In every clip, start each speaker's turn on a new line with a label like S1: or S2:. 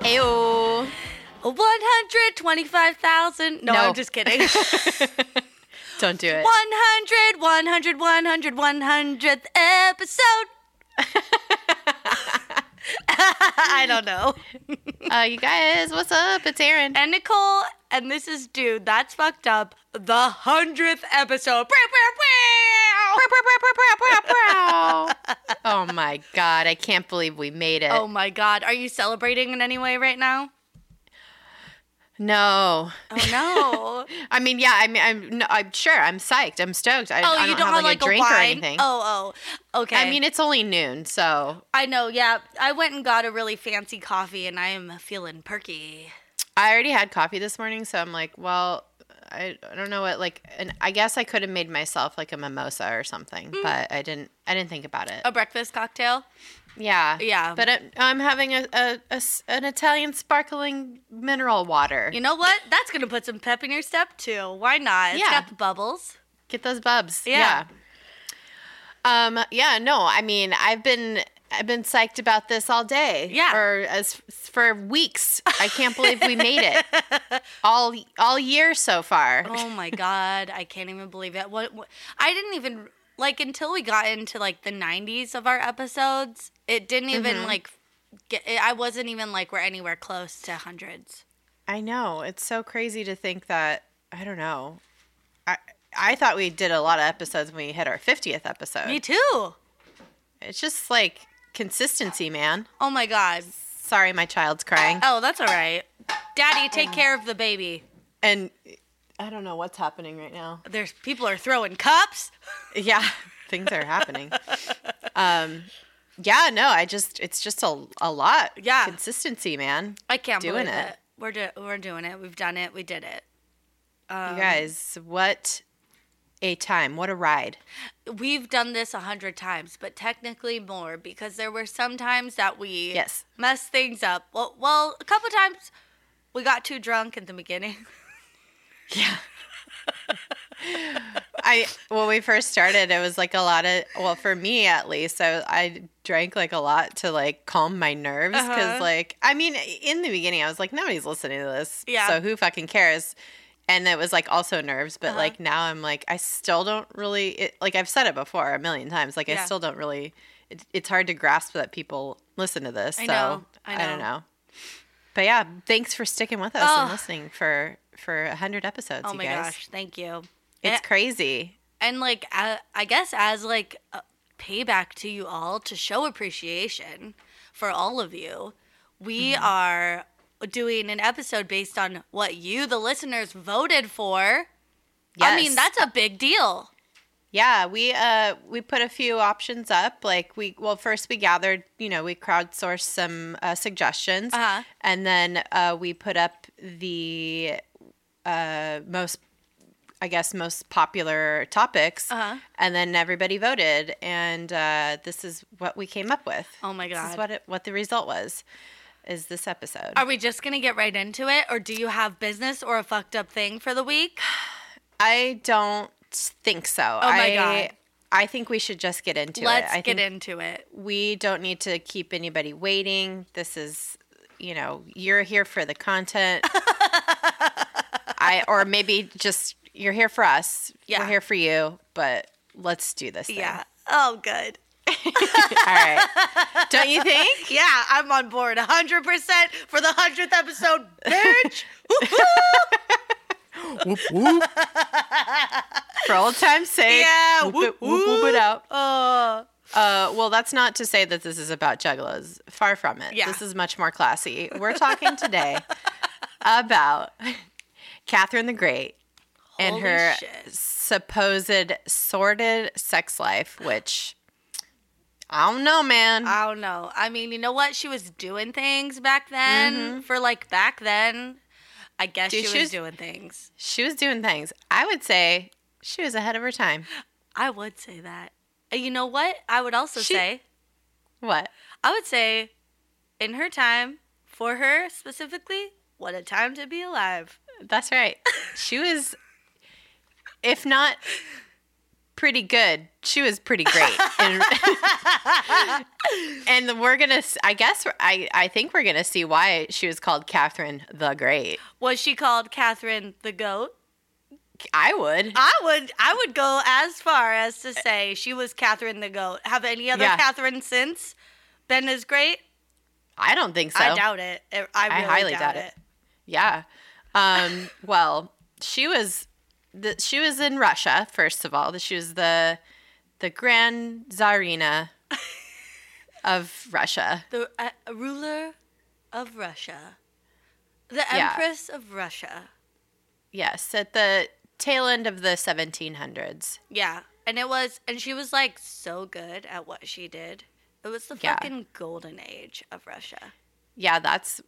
S1: Ayo.
S2: 125,000. No,
S1: No.
S2: I'm just kidding. 100,
S1: Don't do it.
S2: 100, 100, 100th episode. I don't know.
S1: Uh, you guys, what's up? It's Aaron.
S2: And Nicole, and this is Dude, That's Fucked Up, the 100th episode. Bow, bow, bow.
S1: oh my god, I can't believe we made it.
S2: Oh my God. Are you celebrating in any way right now?
S1: No,
S2: Oh no.
S1: I mean, yeah, I mean, I'm, no, I'm sure, I'm psyched, I'm stoked. I,
S2: oh,
S1: I
S2: you
S1: don't
S2: don't
S1: have,
S2: have
S1: like, a drink or
S2: wine?
S1: anything.
S2: Oh, oh. Okay.
S1: I mean, it's only noon, so
S2: I know, yeah. I went and got a really fancy coffee and I am feeling perky.
S1: I already had coffee this morning, so I'm like, well, I, I don't know what like, and I guess I could have made myself like a mimosa or something,
S2: Mm.
S1: but I didn't. I didn't think about it.
S2: A breakfast cocktail?
S1: yeah,
S2: yeah.
S1: But I'm, I'm having a, a- a s- an Italian sparkling mineral water.
S2: You know what? That's going to put some pep in your step too. Why not? It's
S1: Yeah.
S2: got the bubbles.
S1: Get those bubs.
S2: Yeah.
S1: Yeah. Um. Yeah. No. I mean, I've been I've been psyched about this all day.
S2: Yeah.
S1: For as for weeks. I can't believe we made it all all year so far.
S2: Oh my God. I can't even believe it. What, what I didn't even, like, until we got into like the 90s of our episodes, it didn't even
S1: Mm-hmm.
S2: like get, I wasn't even like we're anywhere close to hundreds.
S1: I know. It's so crazy to think that I don't know. I I thought we did a lot of episodes when we hit our 50th episode.
S2: Me too.
S1: It's just like consistency, man.
S2: Oh my God.
S1: Sorry, my child's crying.
S2: Oh, that's all right. Daddy, take care of the baby.
S1: And I don't know what's happening right now.
S2: There's people are throwing cups.
S1: Yeah, things are happening. Um yeah, no, I just it's just a a lot.
S2: Yeah.
S1: Consistency, man.
S2: I can't
S1: Doing
S2: believe
S1: it.
S2: it. We're do- we're doing it. We've done it. We did it. Um,
S1: you guys, what a time. What a ride.
S2: we've done this a hundred times, but technically more because there were some times that we
S1: Yes.
S2: messed things up. Well, well, a couple times we got too drunk at the beginning.
S1: Yeah. I when we first started, it was like a lot of well for me at least. So I drank like a lot to like calm my nerves because
S2: Uh-huh.
S1: like I mean in the beginning I was like nobody's listening to this,
S2: Yeah.
S1: So who fucking cares? And it was like also nerves, but
S2: Uh-huh.
S1: like now I'm like I still don't really it, like I've said it before a million times. Like I
S2: Yeah.
S1: still don't really. It, it's hard to grasp that people listen to this.
S2: I
S1: so
S2: know, I
S1: I don't
S2: know.
S1: know. But yeah, thanks for sticking with us and
S2: Ugh.
S1: listening for for a hundred episodes.
S2: oh
S1: you
S2: my
S1: guys.
S2: gosh! Thank you.
S1: It's
S2: Eh.
S1: crazy.
S2: And like, I, I guess as like a payback to you all to show appreciation for all of you, we are doing an episode based on what you, the listeners, voted for. I mean,
S1: Yes.
S2: that's a big deal.
S1: yeah. We uh we put a few options up. Like we well first we gathered you know we crowdsourced some uh, suggestions,
S2: Uh-huh.
S1: and then uh, we put up the uh most I guess most popular topics,
S2: Uh-huh.
S1: and then everybody voted, and uh, this is what we came up with.
S2: Oh my
S1: This is
S2: God.
S1: what it, what the result was. Is this episode?
S2: Are we just going to get right into it? Or do you have business or a fucked up thing for the week?
S1: I don't think so.
S2: Oh my
S1: I,
S2: God.
S1: I think we should just get into
S2: Let's
S1: it. I
S2: get
S1: think
S2: into it.
S1: We don't need to keep anybody waiting. This is, you know, you're here for the content. I or maybe just you're here for us.
S2: Yeah.
S1: We're here for you, but let's do this. thing.
S2: Yeah. Oh, good.
S1: All right. Don't you think?
S2: Yeah, I'm on board 100% for the 100th episode, bitch.
S1: For old time's sake.
S2: Yeah,
S1: Whoop,
S2: whoop,
S1: it, whoop, whoop it out.
S2: Oh.
S1: Uh, well, that's not to say that this is about juggalos. Far from it.
S2: Yeah.
S1: This is much more classy. We're talking today about Catherine the Great and
S2: Holy
S1: her
S2: shit.
S1: supposed sordid sex life, which I don't know, man.
S2: I don't know. I mean, you know what? She was doing things back then
S1: Mm-hmm.
S2: for like back then. I guess
S1: Dude,
S2: she,
S1: she
S2: was
S1: was-
S2: doing things.
S1: she was doing things. I would say she was ahead of her time.
S2: I would say that. And You know what? I would also
S1: She-
S2: say,
S1: What?
S2: I would say in her time, for her specifically, what a time to be alive.
S1: That's right. She was, if not pretty good. She was pretty great. And, and we're going to, I guess, we're- I, I think we're going to see why she was called Catherine the Great.
S2: Was she called Catherine the Goat?
S1: I would.
S2: I would I would go as far as to say she was Catherine the Goat. Have any other
S1: Yeah.
S2: Catherine since been as great?
S1: I don't think so.
S2: I doubt it. I, I really
S1: highly
S2: doubt,
S1: doubt
S2: it.
S1: it. Yeah. Um, well, she was the, she was in Russia first of all. She was the the Grand Tsarina of Russia.
S2: The uh, ruler of Russia, the
S1: Yeah.
S2: Empress of Russia.
S1: Yes, at the tail end of the 1700s.
S2: Yeah, and it was, and she was like so good at what she did. It was the
S1: Yeah.
S2: fucking golden age of Russia.
S1: Yeah, that's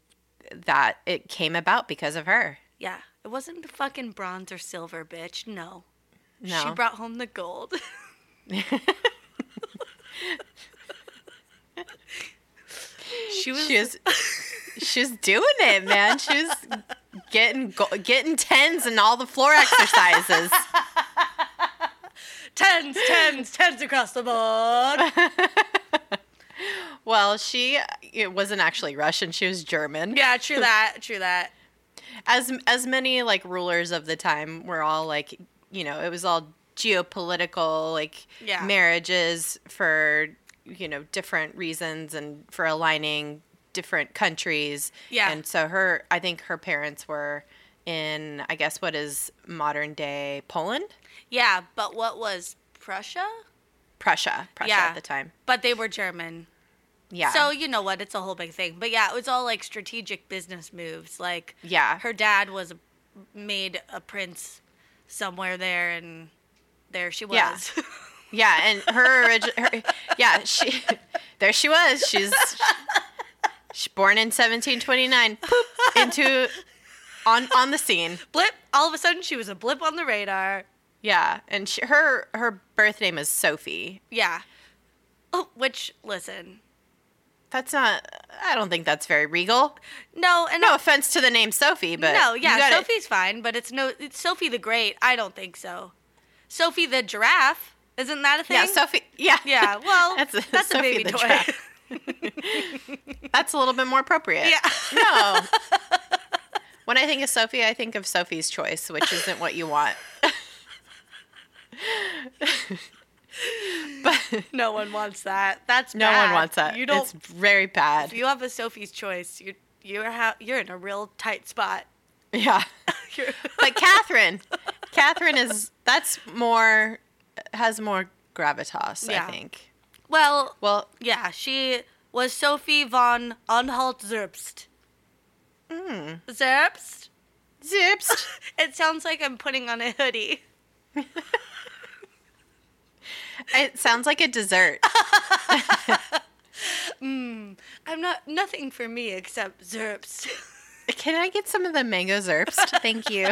S1: that it came about because of her.
S2: Yeah, it wasn't the fucking bronze or silver, bitch. No, she
S1: No.
S2: brought home the gold. she was.
S1: She was she's doing it, man. She was getting go- getting tens in all the floor exercises.
S2: tens, tens, tens across the board.
S1: Well, she it wasn't actually Russian. She was German.
S2: Yeah, true that, true that.
S1: As as many like rulers of the time were all like, you know, it was all geopolitical like
S2: Yeah.
S1: marriages for you know different reasons and for aligning different countries.
S2: Yeah.
S1: And so her, I think her parents were in I guess what is modern day Poland,
S2: Yeah, but what was Prussia?
S1: Prussia, Prussia
S2: Yeah.
S1: at the time.
S2: But they were German.
S1: Yeah.
S2: So you know what? It's a whole big thing. But yeah, it was all like strategic business moves. Like
S1: yeah.
S2: her dad was made a prince somewhere there, and there she was.
S1: Yeah. Yeah, and her original, yeah, she, there she was. She's, she's born in 1729, poop, into, on on the scene.
S2: blip. All of a sudden, she was a blip on the radar.
S1: Yeah, and she, her her birth name is Sophie.
S2: Yeah. Oh, which listen,
S1: That's not. I don't think that's very regal.
S2: no, and
S1: No offense to the name Sophie, but
S2: no,
S1: you
S2: yeah,
S1: gotta-
S2: Sophie's fine, but it's no it's Sophie the Great. I don't think so. Sophie the giraffe, isn't that a thing?
S1: Yeah, Sophie. Yeah,
S2: Yeah, well, that's
S1: That's a-
S2: a,
S1: Sophie
S2: baby
S1: the
S2: toy.
S1: Giraffe. that's a little bit more appropriate.
S2: yeah.
S1: No. when I think of Sophie, I think of Sophie's Choice, which isn't what you want. but
S2: No one wants that. That's
S1: no
S2: bad.
S1: one wants that.
S2: You don't.
S1: It's very bad.
S2: If you have a Sophie's choice, you you're ha- you're in a real tight spot.
S1: yeah.
S2: You're-
S1: But Catherine, Catherine is that's more has more gravitas.
S2: Yeah.
S1: I think.
S2: well,
S1: Well,
S2: yeah, she was Sophie von Anhalt Zerbst.
S1: Hmm.
S2: Mm. Zerbst.
S1: zips.
S2: It sounds like I'm putting on a hoodie.
S1: it sounds like a dessert.
S2: I'm not nothing for me except Zerbst.
S1: Can I get some of the mango zerps? Thank you.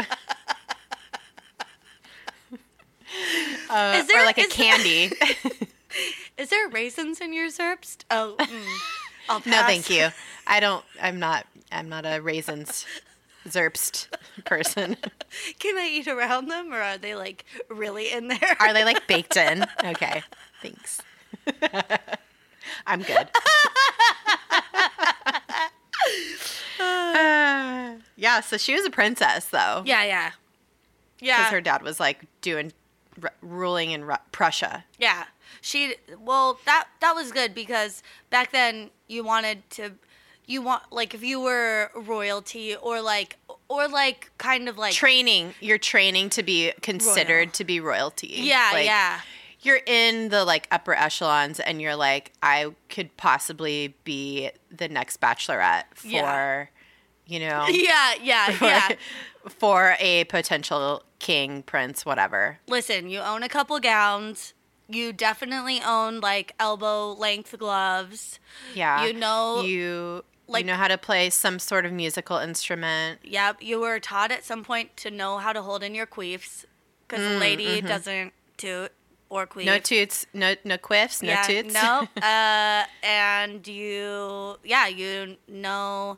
S1: Uh,
S2: Is there-
S1: or like a
S2: is there-
S1: candy.
S2: Is there raisins in your Zerbst? Oh, mm. I'll
S1: No,
S2: pass.
S1: thank you. I don't. I'm not. I'm not a raisins, zerpst person.
S2: Can I eat around them, or are they like really in there?
S1: Are they like baked in? Okay, thanks. I'm good. Uh, yeah. So she was a princess, though.
S2: yeah, yeah, yeah.
S1: Because her dad was like doing r- ruling in Ru- Prussia.
S2: Yeah. She well that that was good because back then you wanted to you want like if you were royalty or like or like kind of like
S1: Training. You're training to be considered
S2: Royal.
S1: to be royalty.
S2: yeah
S1: Like,
S2: yeah
S1: you're in the like upper echelons and you're like i could possibly be the next bachelorette for
S2: Yeah.
S1: you know
S2: yeah yeah yeah
S1: for a potential king prince whatever
S2: listen you own a couple gowns you definitely own like elbow length gloves
S1: yeah
S2: You know,
S1: you
S2: like-
S1: you know how to play some sort of musical instrument
S2: yep you were taught at some point to know how to hold in your queefs because a lady doesn't toot or
S1: Mm,
S2: queef
S1: mm-hmm. no toots no no quiffs no toots
S2: No. Uh, and you, yeah, you know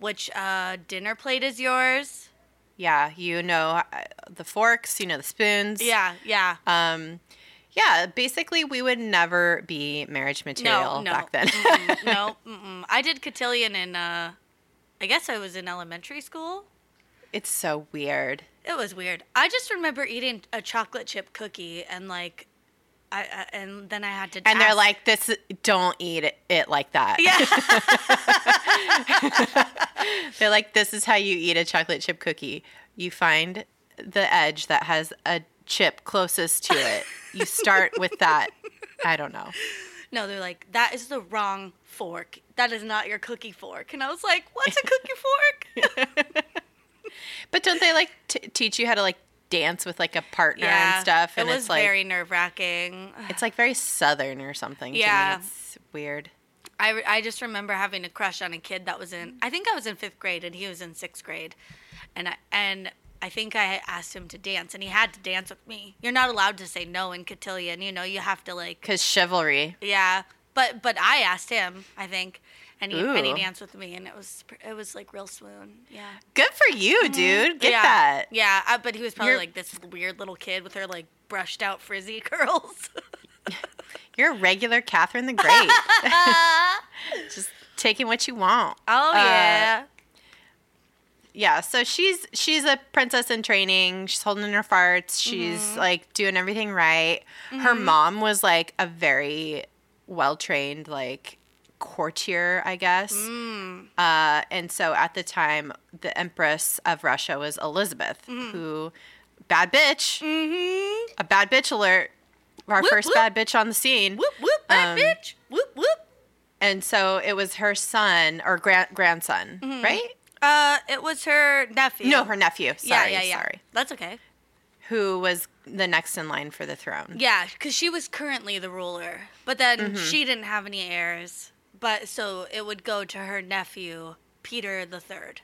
S2: which uh, dinner plate is yours.
S1: yeah you know uh, the forks you know the spoons
S2: Yeah, yeah.
S1: um Yeah, basically, we would never be marriage material
S2: no, no.
S1: back then.
S2: mm-mm, no, mm-mm. I did cotillion in, uh, I guess I was in elementary school.
S1: it's so weird.
S2: It was weird. I just remember eating a chocolate chip cookie and like, I, I and then I had to.
S1: And they're
S2: ask-
S1: like, "This don't eat it, it like that."
S2: yeah,
S1: They're like, "This is how you eat a chocolate chip cookie. You find the edge that has a chip closest to it. You start with that." I don't know.
S2: no, they're like that is the wrong fork. That is not your cookie fork. And I was like, what's a cookie fork?
S1: But don't they like t- teach you how to like dance with like a partner and stuff? And
S2: it was
S1: it's like
S2: very nerve wracking.
S1: it's like very southern or something. to me.
S2: Yeah.
S1: it's weird.
S2: I, re- I just remember having a crush on a kid that was in I think I was in fifth grade and he was in sixth grade, and I and I think I had asked him to dance and he had to dance with me. You're not allowed to say no in cotillion, you know. You have to like
S1: Cause chivalry.
S2: yeah, but but I asked him I think, and he and he
S1: Ooh.
S2: danced with me and it was pr- it was like real swoon yeah
S1: Good for you, dude. Get
S2: Mm-hmm. yeah.
S1: that.
S2: yeah I, but he was probably
S1: You're-
S2: like this weird little kid with her like brushed out frizzy curls.
S1: You're a regular Catherine the Great. Just taking what you want.
S2: oh
S1: Uh,
S2: yeah.
S1: yeah so she's she's a princess in training she's holding her farts she's
S2: Mm-hmm.
S1: like doing everything right her mom was like a very well trained like courtier i guess
S2: Mm.
S1: uh, and so at the time the empress of russia was elizabeth who bad bitch
S2: mm-hmm.
S1: a bad bitch alert our
S2: Whoop,
S1: first
S2: whoop.
S1: bad bitch on the scene
S2: Whoop whoop, bad
S1: Um,
S2: bitch. Whoop whoop.
S1: and so it was her son or grand grandson
S2: Mm-hmm.
S1: right
S2: Uh, it was her nephew.
S1: no her nephew sorry
S2: yeah, yeah, yeah.
S1: sorry
S2: That's okay.
S1: who was the next in line for the throne.
S2: Yeah, because she was currently the ruler, but then
S1: Mm-hmm.
S2: she didn't have any heirs. But so it would go to her nephew Peter the Third,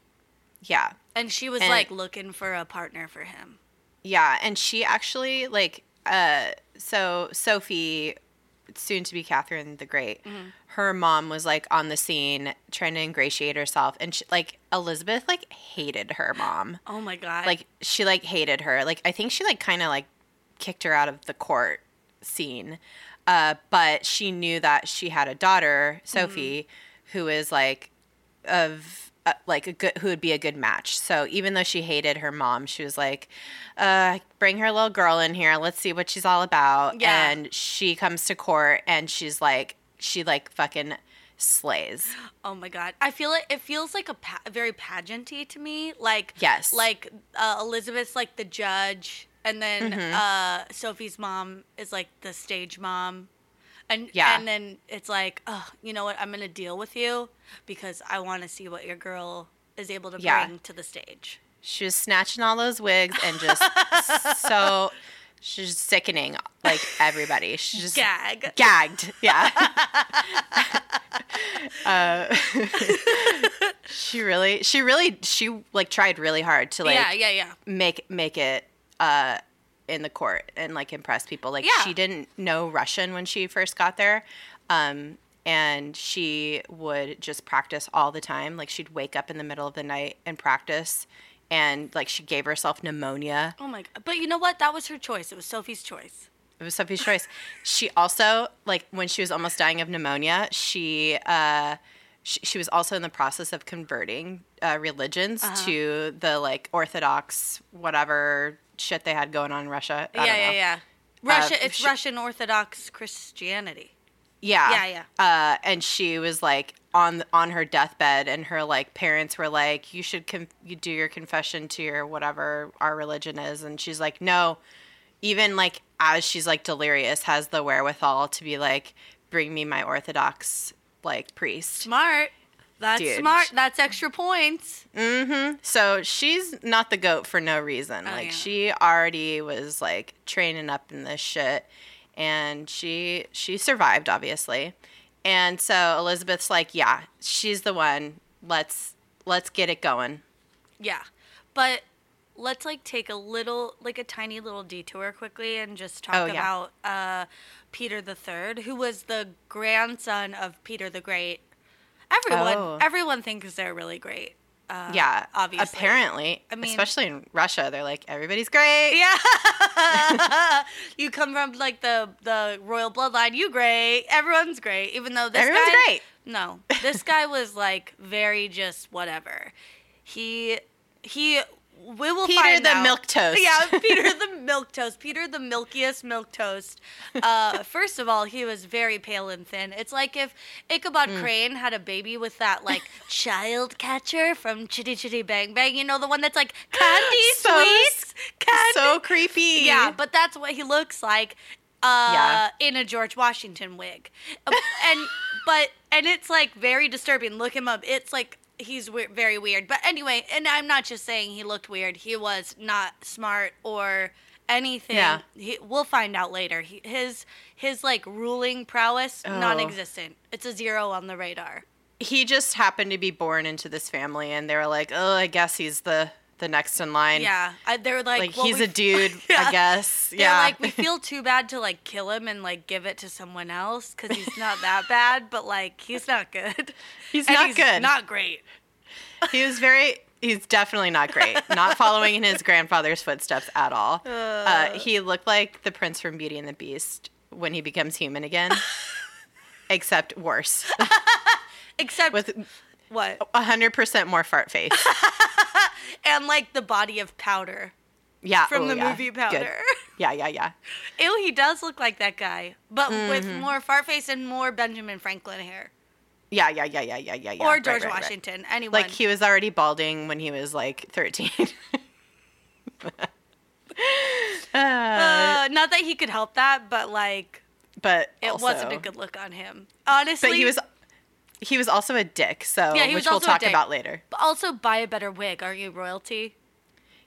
S1: Yeah.
S2: and she was
S1: And-
S2: like looking for a partner for him.
S1: Yeah, and she actually like uh so Sophie soon to be Catherine the Great. Her mom was like on the scene trying to ingratiate herself and she, like Elizabeth like hated her mom.
S2: Oh my god!
S1: Like she like hated her. Like I think she like kind of like kicked her out of the court scene. Uh but she knew that she had a daughter, Sophie, who is like of uh, like a good who would be a good match. So even though she hated her mom, she was like, uh, "Bring her little girl in here. Let's see what she's all about."
S2: Yeah.
S1: And she comes to court, and she's like, she like fucking slays.
S2: oh my god! I feel it. It feels like a pa- very pageanty to me. Like
S1: Yes.
S2: like uh, Elizabeth's like the judge, and then
S1: Mm-hmm.
S2: uh, Sophie's mom is like the stage mom, and
S1: Yeah.
S2: and then it's like, oh, you know what? I'm gonna deal with you because I want to see what your girl is able to
S1: Yeah.
S2: bring to the stage.
S1: She was snatching all those wigs and just so she's sickening like everybody. She just
S2: Gag.
S1: gagged. Yeah. uh, she really, she really, she like tried really hard to like
S2: yeah, yeah, yeah.
S1: make make it uh in the court and like impress people. Like
S2: Yeah.
S1: she didn't know Russian when she first got there. Um and she would just practice all the time. Like she'd wake up in the middle of the night and practice and like she gave herself pneumonia.
S2: Oh my god! But you know what? That was her choice. It was Sophie's choice.
S1: It was Sophie's choice. She also like when she was almost dying of pneumonia, she uh she, she was also in the process of converting uh, religions
S2: Uh-huh.
S1: to the like Orthodox whatever shit they had going on in Russia. I
S2: yeah,
S1: don't know. Uh,
S2: yeah, yeah. Russia. it's
S1: she-
S2: Russian Orthodox Christianity.
S1: Yeah.
S2: Yeah,
S1: Uh, and she was like on on her deathbed, and her like parents were like, "You should con- you do your confession to your whatever our religion is," and she's like, "No." Even like as she's like delirious, has the wherewithal to be like, "Bring me my Orthodox like priest."
S2: Smart. That's
S1: Dude.
S2: smart. That's extra points.
S1: So she's not the goat for no reason. like
S2: Oh, yeah.
S1: she already was like training up in this shit and she she survived obviously. And so Elizabeth's like, yeah, she's the one. Let's let's get it going.
S2: Yeah. But let's like take a little like a tiny little detour quickly and just talk
S1: Oh, yeah.
S2: about uh Peter the Third, who was the grandson of Peter the Great. Everyone
S1: Oh.
S2: everyone thinks they're really great. Uh,
S1: yeah,
S2: obviously.
S1: Apparently,
S2: I mean-
S1: especially in Russia, they're like everybody's great.
S2: Yeah. you come from like the the royal bloodline, you great. Everyone's great. Even though this
S1: Everyone's
S2: guy
S1: great.
S2: No. This guy was like very just whatever. He he we will
S1: Peter
S2: find
S1: the
S2: out.
S1: milk toast.
S2: Yeah, Peter the milk toast. Peter the milkiest milk toast. Uh, first of all, he was very pale and thin. It's like if Ichabod
S1: Mm.
S2: Crane had a baby with that like child catcher from Chitty Chitty Bang Bang. You know the one that's like candy
S1: So
S2: sweets, candy
S1: So creepy.
S2: yeah, but that's what he looks like uh, in a George Washington wig. Uh, and but and it's like very disturbing. Look him up. It's like he's we- very weird. But anyway, and I'm not just saying he looked weird. He was not smart or anything.
S1: Yeah.
S2: He, we'll find out later. He, his his like ruling prowess
S1: Oh.
S2: non-existent. It's a zero on the radar.
S1: he just happened to be born into this family, and they were like, "Oh, I guess he's the the next in line."
S2: Yeah, I, they're like,
S1: like
S2: well,
S1: he's
S2: we-
S1: a dude,
S2: Yeah.
S1: I guess.
S2: They're
S1: yeah,
S2: like, we feel too bad to like kill him and like give it to someone else because he's not that bad, but like he's not good.
S1: he's
S2: And
S1: not
S2: he's
S1: good.
S2: Not great.
S1: he was very. He's definitely not great. Not following in his grandfather's footsteps at all. Uh, he looked like the prince from Beauty and the Beast when he becomes human again, except worse
S2: Except
S1: with Oh.
S2: what?
S1: hundred percent more fart face.
S2: And like the body of powder
S1: Yeah,
S2: from
S1: oh,
S2: the
S1: yeah.
S2: movie
S1: Good.
S2: Powder.
S1: Yeah, yeah, yeah.
S2: Ew, he does look like that guy, but with
S1: Mm-hmm.
S2: more fart face and more Benjamin Franklin hair
S1: Yeah, yeah, yeah, yeah, yeah, yeah, yeah.
S2: or
S1: Right,
S2: George
S1: right, right.
S2: Washington. Anyone?
S1: Like he was already balding when he was like 13. Uh,
S2: uh, not that he could help that, but like
S1: but
S2: it
S1: also-
S2: wasn't a good look on him. Honestly,
S1: But he was he was also a dick, so
S2: Yeah, he
S1: which
S2: was
S1: we'll
S2: also a
S1: talk
S2: dick.
S1: about later.
S2: also buy a better wig. Are you royalty?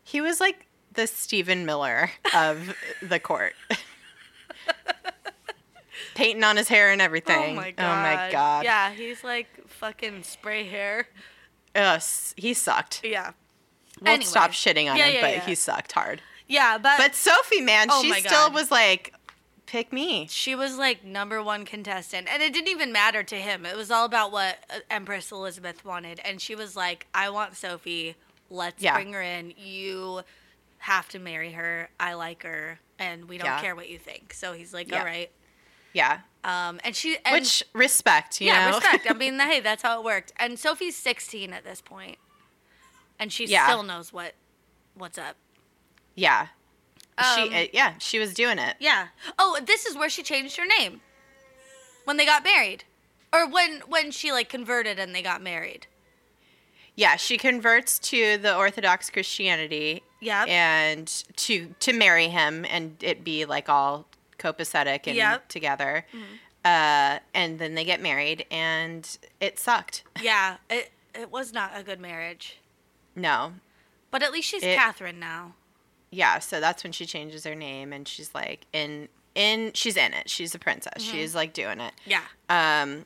S1: He was like the Stephen Miller of the court. Painting on his hair and everything.
S2: Oh my
S1: Oh
S2: god.
S1: my god.
S2: Yeah, he's like fucking spray hair.
S1: Ugh, s- he sucked.
S2: Yeah.
S1: We'll
S2: Anyway.
S1: stop shitting on
S2: Yeah,
S1: him,
S2: yeah,
S1: but
S2: yeah.
S1: he sucked hard.
S2: Yeah, but,
S1: But Sophie, man,
S2: Oh
S1: she
S2: my
S1: still
S2: God.
S1: was like, pick me.
S2: she was like number one contestant, and it didn't even matter to him. It was all about what uh, Empress Elizabeth wanted, and she was like, "I want Sophie. Let's
S1: Yeah.
S2: bring her in. You have to marry her. I like her, and we don't
S1: Yeah.
S2: care what you think." So he's like,
S1: Yeah.
S2: "All right."
S1: Yeah.
S2: Um, and she and
S1: Which respect, you
S2: yeah,
S1: know?
S2: respect. I mean, hey, that's how it worked. And Sophie's 16 at this point, and she
S1: Yeah.
S2: still knows what what's up.
S1: yeah.
S2: Um,
S1: she, uh, yeah, she was doing it.
S2: Yeah. Oh, this is where she changed her name. When they got married, or when when she like converted and they got married.
S1: Yeah, she converts to the Orthodox Christianity
S2: Yep.
S1: and to to marry him and it be like all copacetic and
S2: Yep. Mm-hmm.
S1: together. Uh, and then they get married and it sucked.
S2: Yeah. It it was not a good marriage,
S1: No.
S2: but at least she's
S1: It-
S2: Catherine now.
S1: Yeah, so that's when she changes her name and she's like in in she's in it. She's a princess.
S2: Mm-hmm.
S1: She's like doing it.
S2: Yeah.
S1: um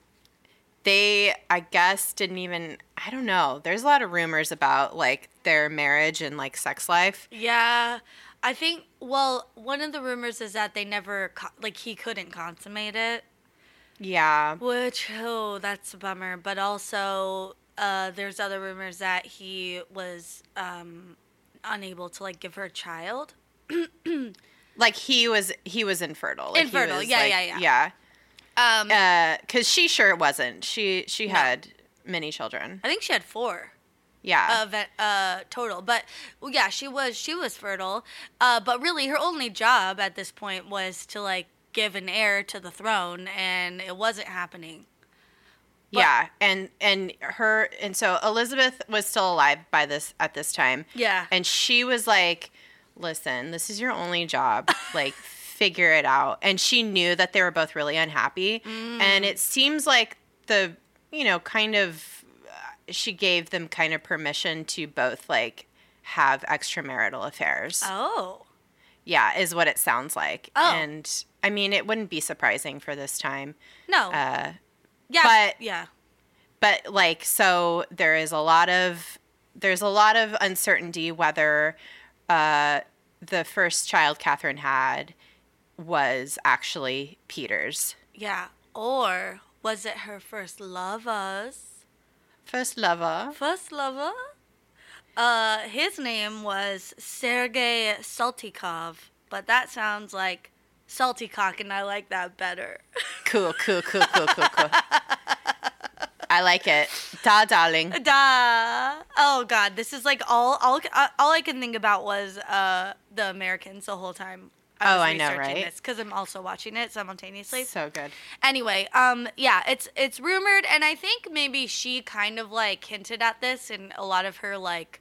S1: they i guess didn't even i don't know there's a lot of rumors about like their marriage and like sex life
S2: Yeah. I think well, one of the rumors is that they never co- like he couldn't consummate it.
S1: yeah
S2: Which oh, that's a bummer. But also, uh, there's other rumors that he was um, unable to like give her a child.
S1: like he was he was infertile like, he
S2: Infertile.
S1: was,
S2: Yeah,
S1: like-
S2: yeah,
S1: yeah
S2: Um,
S1: yeah because she sure wasn't she she had many children
S2: I think she had four
S1: yeah
S2: uh, ve- uh, total. But well, yeah, she was she was fertile. Uh, but really, her only job at this point was to like give an heir to the throne, and it wasn't happening.
S1: yeah and and her and so elizabeth was still alive by this at this time
S2: Yeah.
S1: and she was like listen this is your only job like figure it out and she knew that they were both really unhappy and
S2: Mm.
S1: it seems like the you know kind of uh, she gave them kind of permission to both like have extramarital affairs
S2: oh.
S1: yeah is what it sounds like
S2: Oh.
S1: and i mean it wouldn't be surprising for this time
S2: No.
S1: uh
S2: yeah.
S1: but-
S2: yeah.
S1: but like so there is a lot of there's a lot of uncertainty whether uh, the first child catherine had was actually peter's
S2: Yeah. Or was it her first lovers?
S1: first lover
S2: First lover? Uh, his name was Sergei Saltykov, but that sounds like salty cock, and I like that better.
S1: Cool, cool, cool, cool, cool, cool. I like it. Da, darling.
S2: Duh. Oh God, this is like all all uh, all I can think about was uh the Americans the whole time. I
S1: Oh,
S2: was
S1: I know,
S2: researching
S1: right?
S2: This because I'm also watching it simultaneously.
S1: So good.
S2: Anyway, um, yeah, it's it's rumored, and I think maybe she kind of like hinted at this in a lot of her like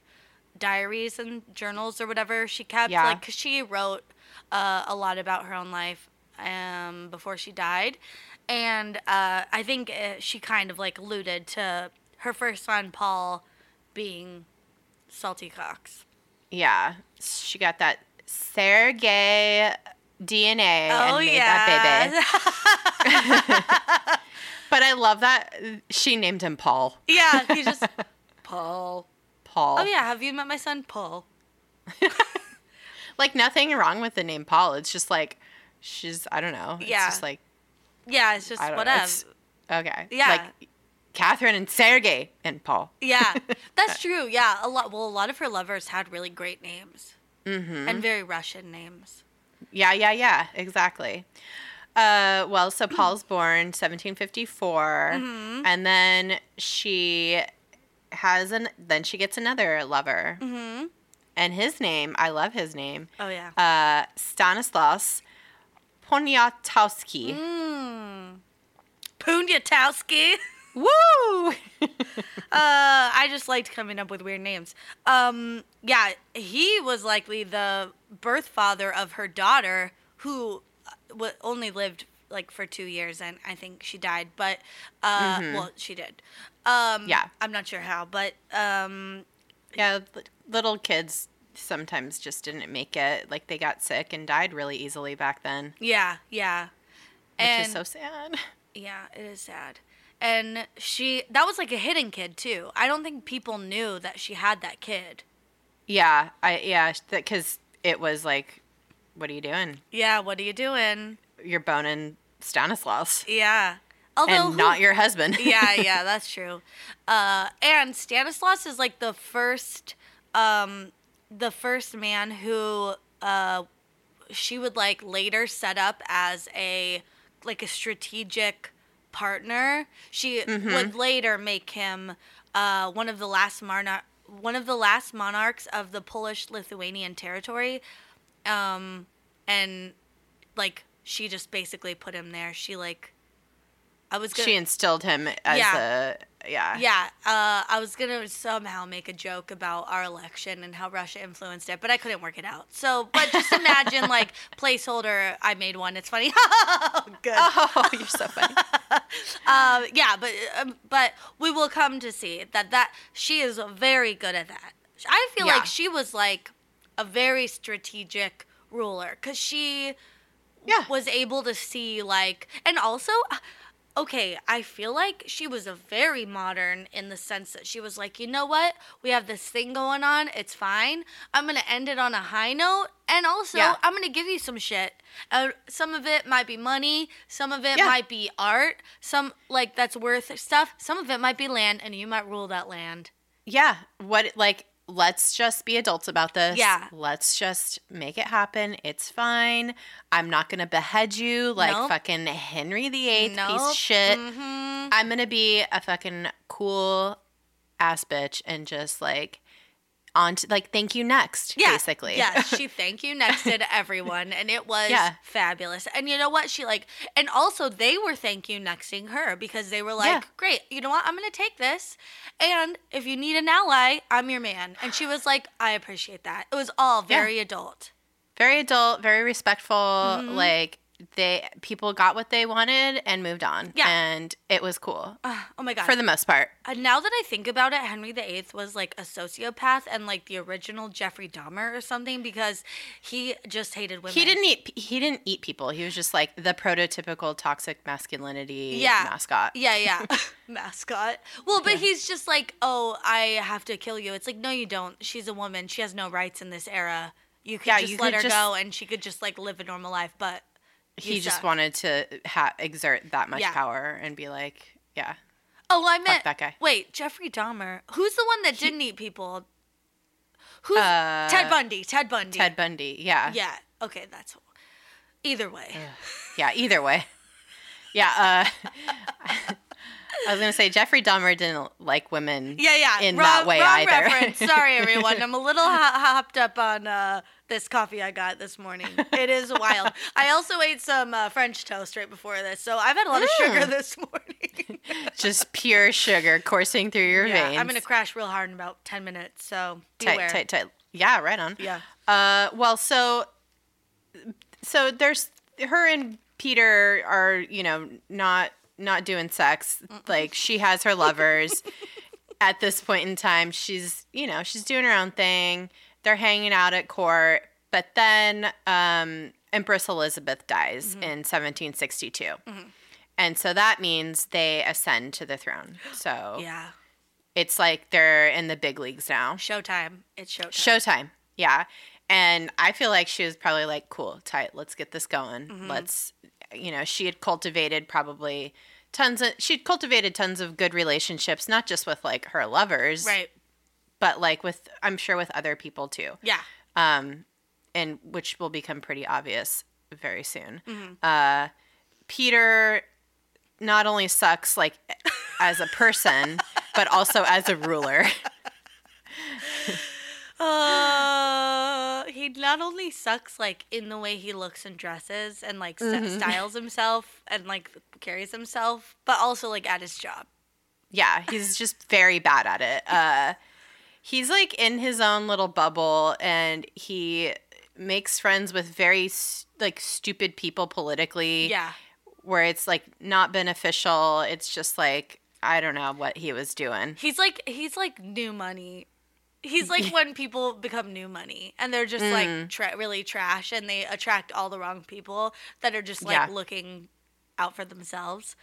S2: diaries and journals or whatever she kept.
S1: Yeah.
S2: Like, 'cause she wrote uh, a lot about her own life um, before she died, and uh, I think uh, she kind of like alluded to her first son Paul being salty cocks.
S1: Yeah. She got that Sergey DNA
S2: oh
S1: and made
S2: yeah,
S1: that baby. But I love that she named him Paul.
S2: yeah, he just Paul.
S1: Paul.
S2: Oh yeah, have you met my son Paul?
S1: Like nothing wrong with the name Paul. It's just like she's I don't know. It's
S2: Yeah.
S1: just like
S2: Yeah, it's just
S1: I don't
S2: whatever.
S1: know. It's- okay.
S2: Yeah.
S1: Like Catherine and Sergey and Paul.
S2: Yeah, that's true. Yeah, a lot. Well, a lot of her lovers had really great names mm-hmm. and very Russian names.
S1: Yeah, yeah, yeah, exactly. Uh, well, so Paul's born 1754,
S2: Mm-hmm.
S1: and then she has an then she gets another lover, mm-hmm. and his name I love his name,
S2: Oh yeah.
S1: uh, Stanislaus Poniatowski.
S2: hmm, Punyatowski.
S1: Woo!
S2: uh, I just liked coming up with weird names. Um, yeah, he was likely the birth father of her daughter, who uh, wa- only lived like for two years, and I think she died. But uh,
S1: Mm-hmm.
S2: well, she did. Um,
S1: Yeah.
S2: I'm not sure how, but um,
S1: yeah, li- little kids sometimes just didn't make it. Like they got sick and died really easily back then,
S2: yeah, yeah.
S1: which
S2: and
S1: is so sad.
S2: Yeah, it is sad. And she that was like a hidden kid too. I don't think people knew that she had that kid.
S1: Yeah, I yeah, because it was like, what are you doing?
S2: Yeah, what are you doing?
S1: You're boning Stanislaus
S2: Yeah. Although
S1: and
S2: who-
S1: not your husband.
S2: yeah, yeah, that's true. Uh, and Stanislaus is like the first, um, the first man who uh, she would like later set up as a like a strategic partner. She would later make him uh, one of the last monarch, one of the last monarchs of the Polish-Lithuanian territory, um, and like she just basically put him there. She like. I was gonna,
S1: she instilled him as
S2: Yeah.
S1: a yeah.
S2: yeah, uh, I was gonna somehow make a joke about our election and how Russia influenced it, but I couldn't work it out. So, but just imagine like placeholder. I made one. It's funny. Good.
S1: Oh, you're so funny.
S2: Uh, yeah, but um, but we will come to see that that she is very good at that. I feel
S1: Yeah.
S2: like she was like a very strategic ruler because she
S1: Yeah.
S2: was able to see like and also uh, okay i feel like she was a very modern in the sense that she was like you know what we have this thing going on it's fine i'm gonna end it on a high note and also
S1: Yeah.
S2: i'm gonna give you some shit uh, some of it might be money some of it
S1: Yeah.
S2: might be art some like that's worth stuff some of it might be land and you might rule that land
S1: Yeah. What like let's just be adults about this.
S2: Yeah.
S1: Let's just make it happen. It's fine. I'm not gonna behead you like
S2: Nope.
S1: fucking Henry VIII piece
S2: Nope.
S1: of shit.
S2: Mhm.
S1: I'm gonna be a fucking cool ass bitch and just like on to like thank you next.
S2: Yeah,
S1: Basically.
S2: Yeah, she thank you next did everyone, and it was
S1: Yeah.
S2: fabulous. And you know what? She like, and also they were thank you nexting her because they were like,
S1: Yeah.
S2: great, you know what? I'm gonna take this, and if you need an ally, I'm your man. And she was like, I appreciate that. It was all very adult.
S1: very adult, very respectful.
S2: Mm-hmm.
S1: Like they people got what they wanted and moved on.
S2: Yeah.
S1: And it was cool
S2: Uh, oh my god.
S1: for the most part.
S2: And now that I think about it, Henry VIII was like a sociopath and like the original Jeffrey Dahmer or something because he just hated women.
S1: He didn't eat. He didn't eat people. He was just like the prototypical toxic masculinity
S2: Yeah.
S1: mascot.
S2: Yeah, yeah. Mascot. Well, but he's just like, oh, I have to kill you. It's like, no, you don't. She's a woman. She has no rights in this era. You could
S1: Yeah,
S2: just
S1: you
S2: let
S1: could
S2: her
S1: just-
S2: go and she could just like live a normal life. But
S1: he
S2: you
S1: just
S2: suck.
S1: wanted to ha- exert that much
S2: Yeah.
S1: power and be like, yeah,
S2: Oh, I meant
S1: that guy.
S2: Wait, Jeffrey Dahmer. Who's the one that didn't eat people? Who's
S1: Uh,
S2: Ted Bundy? Ted Bundy.
S1: Ted Bundy. Uh, Yeah.
S2: Yeah. Okay, that's either way.
S1: Yeah, either way. Yeah, uh I was gonna say Jeffrey Dahmer didn't like women.
S2: Yeah, yeah.
S1: In that way
S2: wrong
S1: either.
S2: Reference. Sorry, everyone. I'm a little ho- hopped up on uh, this coffee I got this morning. It is wild. I also ate some uh, French toast right before this, so I've had a lot of sugar
S1: Mm.
S2: this morning.
S1: Just pure sugar coursing through your
S2: yeah,
S1: veins.
S2: I'm gonna crash real hard in about ten minutes, so
S1: tight,
S2: beware.
S1: tight, tight. Yeah, right on.
S2: Yeah.
S1: Uh, well, so, so there's her and Peter are you know not not doing sex. Like she has her lovers. at this point in time, she's you know she's doing her own thing. They're hanging out at court, but then um, Empress Elizabeth dies in 1762. And so that means they ascend to the throne. So
S2: Yeah.
S1: it's like they're in the big leagues now.
S2: Showtime. It's showtime.
S1: Showtime. Yeah. And I feel like she was probably like, cool, tight, let's get this going. Let's, you know, she had cultivated probably tons of, she'd cultivated tons of good relationships, not just with like her lovers,
S2: right.
S1: but like with, I'm sure with other people too.
S2: Yeah.
S1: Um, and which will become pretty obvious very soon. Uh, Peter not only sucks like as a person, but also as a ruler.
S2: Uh, he not only sucks like in the way he looks and dresses and like st-
S1: Mm-hmm.
S2: styles himself and like carries himself, but also like at his job.
S1: Yeah, he's just very bad at it. Uh, he's like in his own little bubble, and he makes friends with very s- like stupid people politically.
S2: Yeah.
S1: where it's like not beneficial. It's just like I don't know what he was doing.
S2: He's like he's like new money. He's like when people become new money and they're just
S1: Mm.
S2: like tra- really trash and they attract all the wrong people that are just like
S1: Yeah.
S2: looking out for themselves.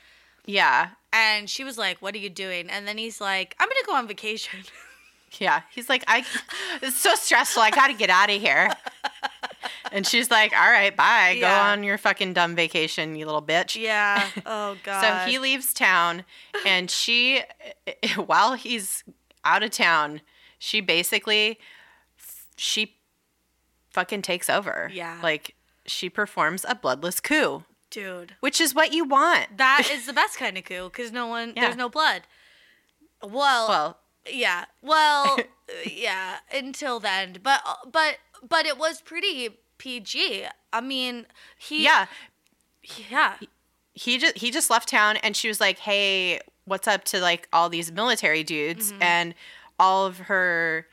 S1: Yeah,
S2: And she was like, "What are you doing?" And then he's like, "I'm going to go on vacation."
S1: yeah. He's like, I. It's so stressful. I got to get out of here. And she's like, "All right, bye.
S2: Yeah.
S1: Go on your fucking dumb vacation, you little bitch."
S2: yeah. Oh god.
S1: So he leaves town, and she, while he's out of town, she basically, she fucking takes over.
S2: Yeah.
S1: Like she performs a bloodless coup,
S2: dude
S1: which is what you want.
S2: That is the best kind of coup because no one,
S1: Yeah.
S2: there's no blood. Well,
S1: Well,
S2: yeah, well, yeah, until then. But but but it was pretty PG. I mean, he
S1: yeah.
S2: yeah
S1: He just he just left town, and she was like, "Hey, what's up to like all these military dudes?"
S2: Mm-hmm.
S1: And all of her,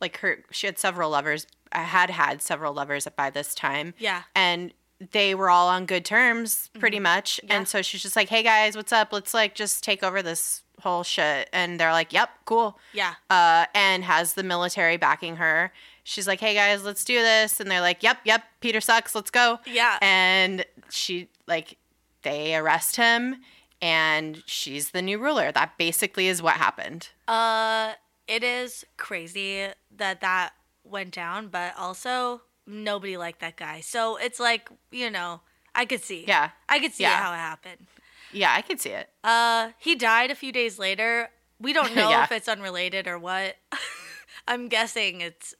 S1: like her, she had several lovers. Had had several lovers by this time.
S2: yeah
S1: and they were all on good terms pretty much
S2: Mm-hmm. Yeah.
S1: and so she's just like hey guys what's up let's like just take over this whole shit and they're like yep cool
S2: yeah
S1: uh, and has the military backing her she's like hey guys let's do this and they're like yep yep peter sucks let's go
S2: yeah
S1: and she like they arrest him and she's the new ruler that basically is what happened
S2: Uh, it is crazy that that went down, but also nobody liked that guy. So it's like you know, I could see.
S1: Yeah.
S2: I could see
S1: Yeah.
S2: how it happened.
S1: yeah i could see it
S2: Uh, he died a few days later. We don't know
S1: Yeah.
S2: if it's unrelated or what. I'm guessing it's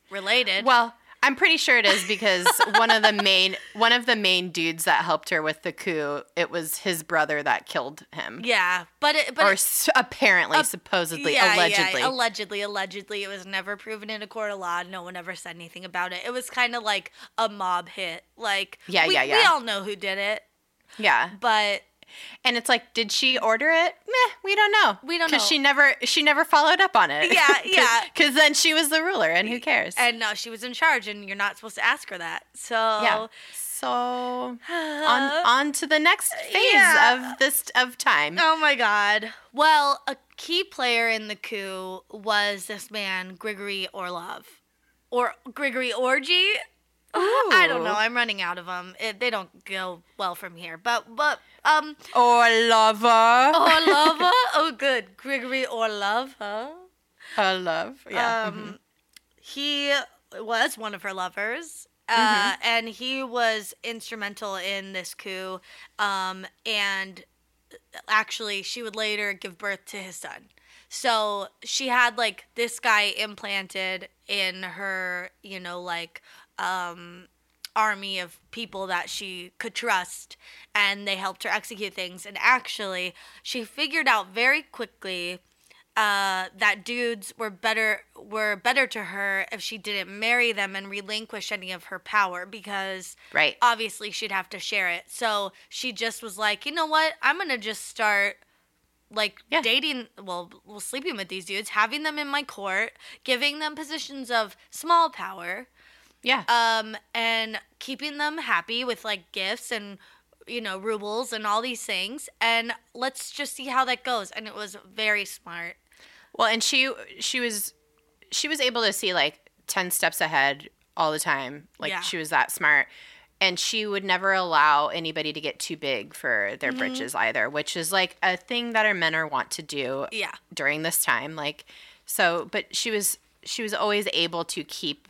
S2: related.
S1: Well, I'm pretty sure it is because one of the main one of the main dudes that helped her with the coup, it was his brother that killed him.
S2: yeah, but it, but
S1: or
S2: it-
S1: s apparently, supposedly,
S2: yeah,
S1: allegedly.
S2: yeah, allegedly, allegedly, it was never proven in a court of law. No one ever said anything about it. It was kind of like a mob hit. Like
S1: Yeah,
S2: we,
S1: yeah,
S2: We
S1: yeah.
S2: all know who did it,
S1: yeah.
S2: but
S1: And it's like, did she order it? Meh, we don't know.
S2: We don't know.
S1: she never she never followed up on it.
S2: Yeah, yeah.
S1: Because then she was the ruler, and who cares?
S2: and no, she was in charge, and you're not supposed to ask her that. So
S1: yeah. So on
S2: uh,
S1: on to the next phase
S2: yeah.
S1: of this of time.
S2: Oh my God. Well, a key player in the coup was this man, Grigory Orlov. Or Grigory Orgy? I don't know. I'm running out of them. It, they don't go well from here. But, but, um,
S1: Or lover.
S2: Orlova? oh, good. Grigory Orlova.
S1: Her love. Yeah. Mm-hmm.
S2: Um, He was one of her lovers. Uh, And he was instrumental in this coup. uh, Um, and actually, she would later give birth to his son. So she had like this guy implanted in her, you know, like um army of people that she could trust and they helped her execute things and actually she figured out very quickly uh, that dudes were better were better to her if she didn't marry them and relinquish any of her power because
S1: Right.
S2: obviously she'd have to share it. So she just was like, you know what? I'm gonna just start like
S1: Yeah.
S2: dating well well sleeping with these dudes having them in my court giving them positions of small power
S1: Yeah.
S2: um and keeping them happy with like gifts and you know rubles and all these things and let's just see how that goes and it was very smart
S1: Well, and she she was she was able to see like 10 steps ahead all the time. Like
S2: Yeah.
S1: she was that smart. And she would never allow anybody to get too big for their
S2: Mm-hmm.
S1: britches either, which is like a thing that our men are want to do
S2: yeah
S1: during this time. Like so, but she was she was always able to keep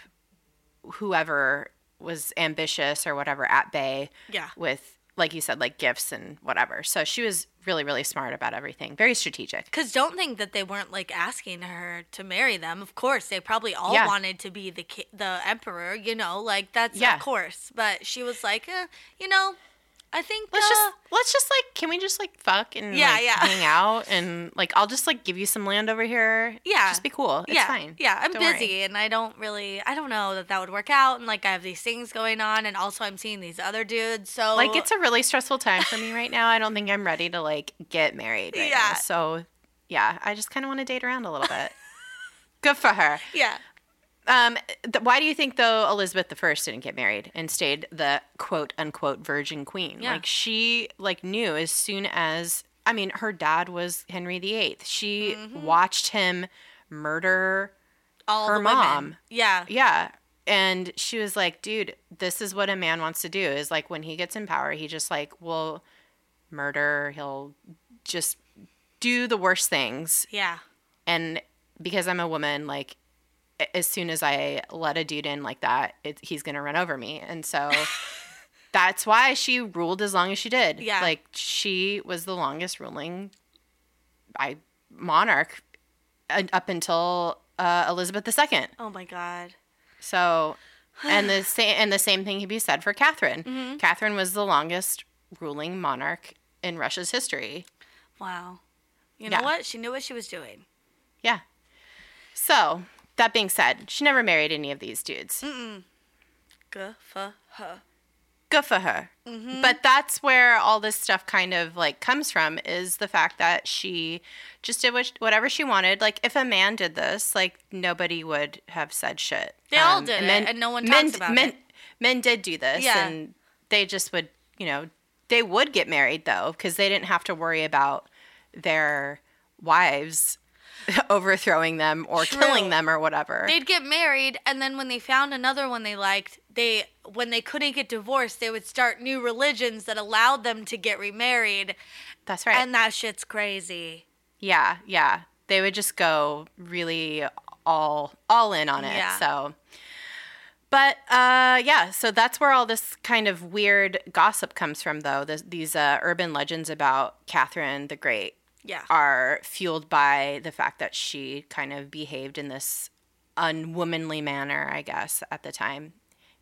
S1: whoever was ambitious or whatever at bay
S2: yeah
S1: with like you said like gifts and whatever. So she was really really smart about everything. Very strategic.
S2: because don't think that they weren't like asking her to marry them of course they probably all
S1: Yeah.
S2: wanted to be the ki- the emperor you know like that's
S1: Yeah.
S2: of course but she was like eh, you know i think
S1: let's
S2: uh,
S1: just let's just like can we just like fuck and
S2: Yeah,
S1: like,
S2: yeah.
S1: hang out and like I'll just like give you some land over here.
S2: Yeah.
S1: Just be cool. It's
S2: yeah,
S1: fine.
S2: Yeah, I'm
S1: Don't worry.
S2: busy and I don't really, I don't know that that would work out. And like I have these things going on and also I'm seeing these other dudes. So,
S1: Like it's a really stressful time for me right now. I don't think I'm ready to like get married right now.
S2: Yeah.
S1: So yeah, I just kind of want to date around a little bit. Good for her.
S2: yeah.
S1: Um, th- why do you think though Elizabeth I didn't get married and stayed the quote unquote virgin queen?
S2: Yeah.
S1: Like she like knew as soon as I mean her dad was Henry VIII. She watched him murder.
S2: All
S1: Her
S2: the women.
S1: mom.
S2: Yeah.
S1: Yeah. And she was like, dude, this is what a man wants to do is like when he gets in power, he just like will murder, he'll just do the worst things
S2: Yeah.
S1: and because I'm a woman, like a- as soon as I let a dude in like that, it, he's gonna run over me, and so that's why she ruled as long as she did.
S2: Yeah.
S1: like she was the longest ruling, I monarch, and up until uh, Elizabeth II.
S2: Oh my God.
S1: So, and the same and the same thing can be said for Catherine. Catherine was the longest ruling monarch in Russia's history.
S2: Wow. You
S1: Yeah.
S2: know what? She knew what she was doing.
S1: Yeah. So that being said, she never married any of these dudes.
S2: Good for her.
S1: Good for her.
S2: Mm-hmm.
S1: But that's where all this stuff kind of like comes from is the fact that she just did what, whatever she wanted. Like if a man did this, like nobody would have said shit. Um,
S2: They all did it, and no one talks
S1: men,
S2: about
S1: men,
S2: it.
S1: Men did do this,
S2: Yeah.
S1: and they just would, you know, they would get married though because they didn't have to worry about their wives overthrowing them or
S2: True.
S1: killing them or whatever.
S2: They'd get married, and then when they found another one they liked, they when they couldn't get divorced, they would start new religions that allowed them to get remarried,
S1: That's right.
S2: and that shit's crazy.
S1: Yeah, yeah. They would just go really all all in on it.
S2: Yeah.
S1: So but uh, yeah, so that's where all this kind of weird gossip comes from, though. This, these uh, urban legends about Catherine the Great
S2: Yeah.
S1: are fueled by the fact that she kind of behaved in this unwomanly manner, I guess, at the time.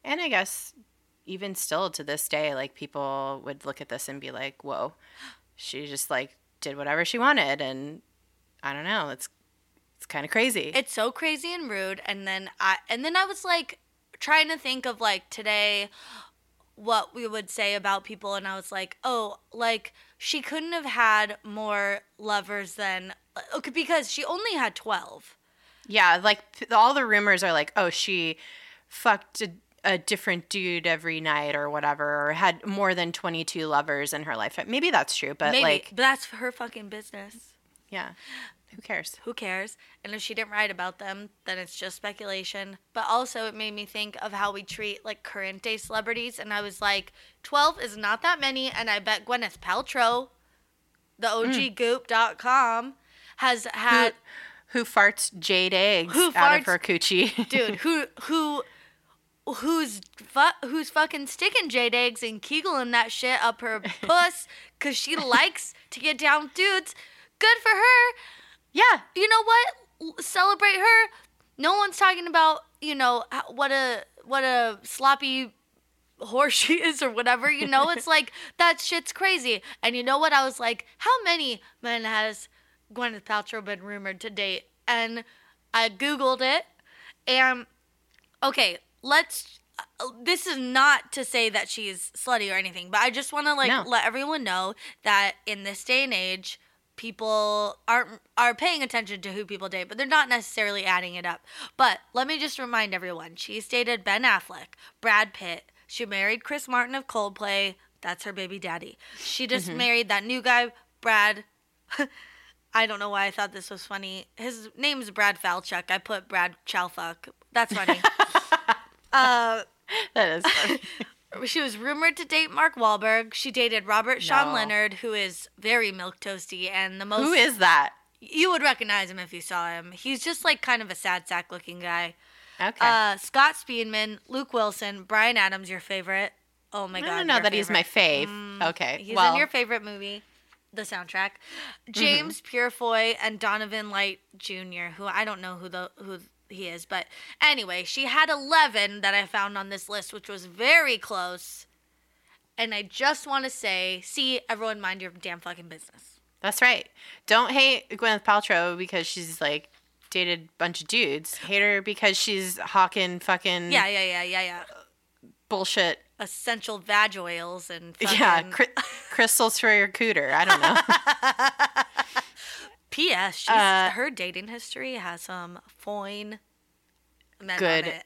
S1: And I guess even still to this day, like people would look at this and be like, whoa, she just like did whatever she wanted. And I don't know, it's, it's kind of crazy.
S2: it's so crazy and rude and then i and then i was like trying to think of like today what we would say about people and i was like oh like she couldn't have had more lovers than uh, okay because she only had 12
S1: yeah, like th- all the rumors are like, oh, she fucked a, a different dude every night or whatever, or had more than 22 lovers in her life. Maybe that's true, but
S2: maybe
S1: like,
S2: but that's her fucking business
S1: yeah, who cares?
S2: who cares? And if she didn't write about them, then it's just speculation. But also, it made me think of how we treat like current day celebrities. And I was like, 12 is not that many. And I bet Gwyneth Paltrow, the OGgoop.com, has had,
S1: who farts jade eggs
S2: Who
S1: out
S2: farts-
S1: of her coochie.
S2: dude, who, who, Who's fu- who's fucking sticking jade eggs and kegeling that shit up her puss because she likes to get down with dudes. Good for her.
S1: Yeah.
S2: you know what? L- Celebrate her. No one's talking about you know h- what a what a sloppy whore she is or whatever. You know, it's like that shit's crazy. And you know what? I was like, how many men has Gwyneth Paltrow been rumored to date? And I googled it, and okay, let's. uh, This is not to say that she's slutty or anything, but I just want to like
S1: No.
S2: let everyone know that in this day and age, people aren't are paying attention to who people date, but they're not necessarily adding it up. But let me just remind everyone: she's dated Ben Affleck, Brad Pitt. She married Chris Martin of Coldplay. That's her baby daddy. She just married that new guy, Brad. I don't know why I thought this was funny. His name's Brad Falchuk. I put Brad Chalfuck. That's funny. uh,
S1: That is funny.
S2: she was rumored to date Mark Wahlberg. She dated Robert Sean
S1: No.
S2: Leonard, who is very milk toasty and the most.
S1: Who is that?
S2: You would recognize him if you saw him. He's just like kind of a sad sack looking guy.
S1: Okay.
S2: Uh, Scott Speedman, Luke Wilson, Brian Adams, your favorite. Oh my
S1: I
S2: god!
S1: don't know
S2: your
S1: that he's my
S2: favorite. Mm.
S1: fave. okay.
S2: He's
S1: Eh, well, Mm-hmm.
S2: in your favorite movie, the soundtrack. James Purefoy and Donovan Light Jr., who I don't know who the who he is, but anyway, she had 11 that I found on this list, which was very close. And I just want to say, see everyone mind your damn fucking business.
S1: that's right. Don't hate Gwyneth Paltrow because she's like dated a bunch of dudes. Hate her because she's hawking fucking
S2: Yeah, yeah, yeah, yeah, yeah.
S1: bullshit.
S2: Essential vag oils and fucking
S1: Yeah, cri- crystals for your cooter. I don't know.
S2: P.S. She's,
S1: Uh,
S2: her dating history has some fine men
S1: Good
S2: on it.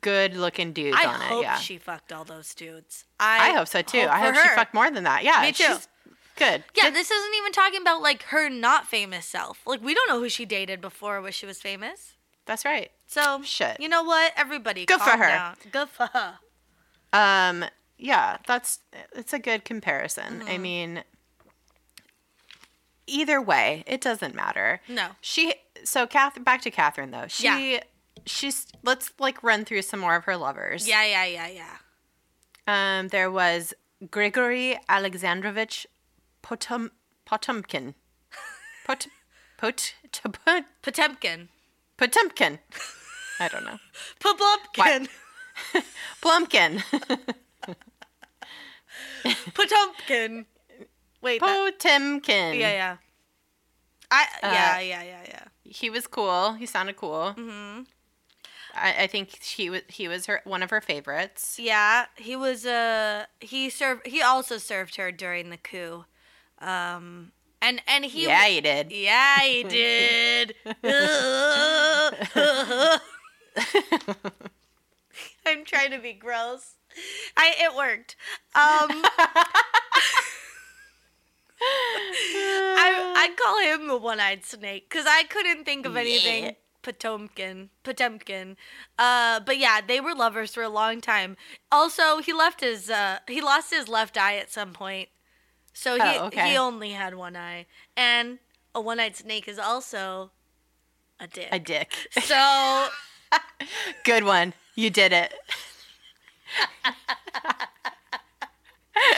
S1: Good looking dudes
S2: I
S1: on
S2: hope
S1: it. Yeah.
S2: she fucked all those dudes.
S1: I hope so too. I
S2: for
S1: hope she
S2: her.
S1: fucked more than that. Yeah.
S2: Me too.
S1: she's Good.
S2: Yeah, this isn't even talking about like her not famous self. Like we don't know who she dated before when she was famous.
S1: That's right.
S2: So
S1: Shit.
S2: You know what? Everybody,
S1: Good for
S2: calm
S1: her.
S2: down. Good for her.
S1: Um, yeah, that's it's a good comparison.
S2: Mm-hmm.
S1: I mean, either way, it doesn't matter.
S2: No.
S1: She so Kath back to Catherine though. She
S2: Yeah.
S1: she's let's like run through some more of her lovers.
S2: Yeah, yeah, yeah, yeah.
S1: Um, there was Grigory Alexandrovich Potom Potomkin. Pot Pot Pot
S2: Potemkin.
S1: Potomkin. I don't know.
S2: Potemkin.
S1: Blumkin.
S2: Potemkin. Wait. that-
S1: Potemkin.
S2: yeah, yeah. I yeah,
S1: Uh,
S2: yeah, yeah, yeah. Mm-hmm.
S1: he was cool. He sounded cool. I, I think he was he was her one of her favorites.
S2: Yeah, he was uh he served he also served her during the coup. Um and and he
S1: yeah, he did.
S2: Yeah, he did. I'm trying to be gross. I it worked. Um, I I call him the one-eyed snake because I couldn't think of anything.
S1: Yeah.
S2: Potemkin, Potemkin. Uh, but yeah, they were lovers for a long time. Also, he left his uh, he lost his left eye at some point, so he
S1: Oh, okay.
S2: he only had one eye, and a one-eyed snake is also a dick.
S1: A dick.
S2: so
S1: Good one. You did it.
S2: well,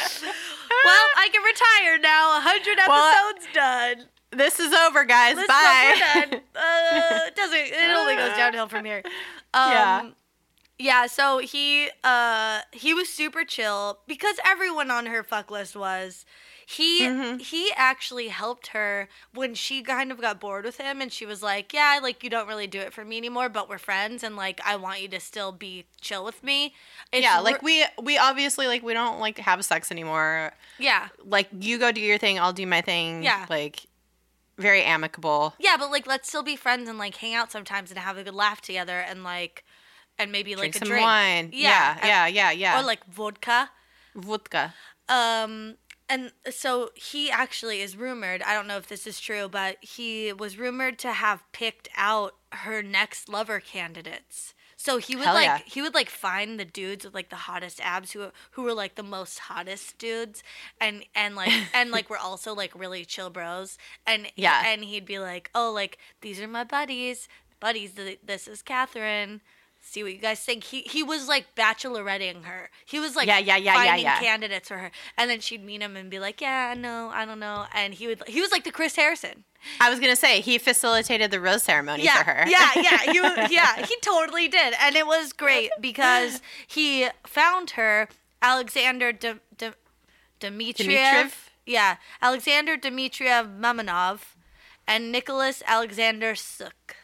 S2: I can retire now. A hundred
S1: Well,
S2: episodes done.
S1: This is over, guys.
S2: This
S1: Bye.
S2: one's done. Uh, it doesn't. It only goes downhill from here. Um,
S1: Yeah.
S2: yeah. So he uh he was super chill because everyone on her fuck list was. He
S1: Mm-hmm.
S2: he actually helped her when she kind of got bored with him and she was like, "Yeah, like you don't really do it for me anymore, but we're friends and like I want you to still be chill with me." It's
S1: yeah,
S2: re-
S1: like we we obviously like we don't like have sex anymore.
S2: yeah.
S1: Like you go do your thing, I'll do my thing.
S2: Yeah.
S1: Like very amicable.
S2: Yeah, but like let's still be friends and like hang out sometimes and have a good laugh together and like and maybe like
S1: Drink
S2: a
S1: some
S2: drink.
S1: wine.
S2: Yeah,
S1: Yeah,
S2: I-
S1: yeah, yeah, yeah.
S2: Or like vodka.
S1: vodka.
S2: Um and so he actually is rumored, I don't know if this is true, but he was rumored to have picked out her next lover candidates. So he would
S1: Hell
S2: like
S1: yeah.
S2: he would like find the dudes with like the hottest abs who who were like the most hottest dudes and and like and like were also like really chill bros and
S1: Yeah.
S2: and he'd be like, "Oh, like these are my buddies. Buddies, th- this is Catherine." see what you guys think. He he was like bacheloretting her. He was like
S1: Yeah, yeah, yeah, yeah,
S2: finding
S1: yeah.
S2: candidates for her. And then she'd meet him and be like, Yeah, no, I don't know. And he would he was like the Chris Harrison.
S1: I was gonna say he facilitated the rose ceremony
S2: yeah,
S1: for her.
S2: Yeah, yeah, you, yeah, he totally did, and it was great because he found her Alexander De, De, Dmitriev,
S1: Dmitriev?
S2: yeah, Alexander Dmitriev Mamanov, and Nicholas Alexander Suk.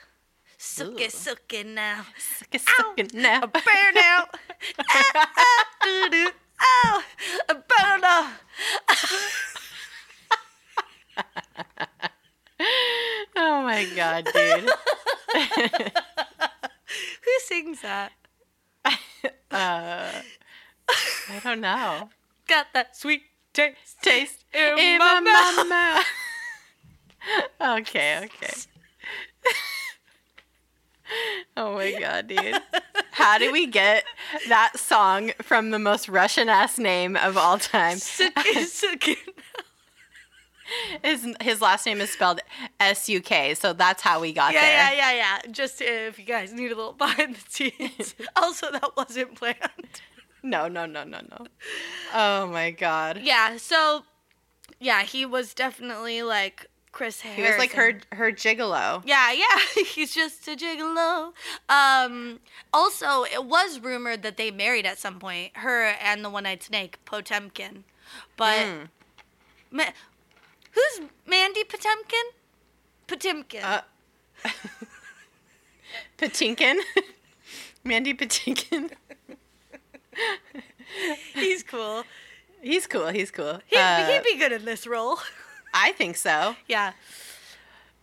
S2: Suk is sucking now,
S1: Suck it, suck it now.
S2: a burn out, ah, ah, doo doo, oh, a burn out.
S1: Oh my god, dude.
S2: Who sings that?
S1: Uh, I don't know.
S2: Got that sweet taste.
S1: Taste
S2: In
S1: in
S2: my
S1: my mouth. okay, okay. oh my god, dude. How did we get that song from the most Russian ass name of all time?
S2: Suk is sucking.
S1: His, his last name is spelled S U K, so that's how we got
S2: Yeah,
S1: there.
S2: yeah, yeah, yeah. Just if you guys need a little behind the scenes. also, that wasn't planned.
S1: No, no, no, no, no. Oh my god.
S2: Yeah. So, yeah, he was definitely like Chris Harrison.
S1: He was like her her gigolo.
S2: Yeah, yeah. He's just a gigolo. Um, also, it was rumored that they married at some point, her and the one-eyed snake Potemkin. But
S1: Hmm.
S2: Ma- who's Mandy Potemkin? Potemkin.
S1: Uh, Patinkin. Mandy Patinkin.
S2: he's cool.
S1: He's cool. He's cool.
S2: He'd,
S1: Uh,
S2: he'd be good in this role.
S1: I think so.
S2: yeah.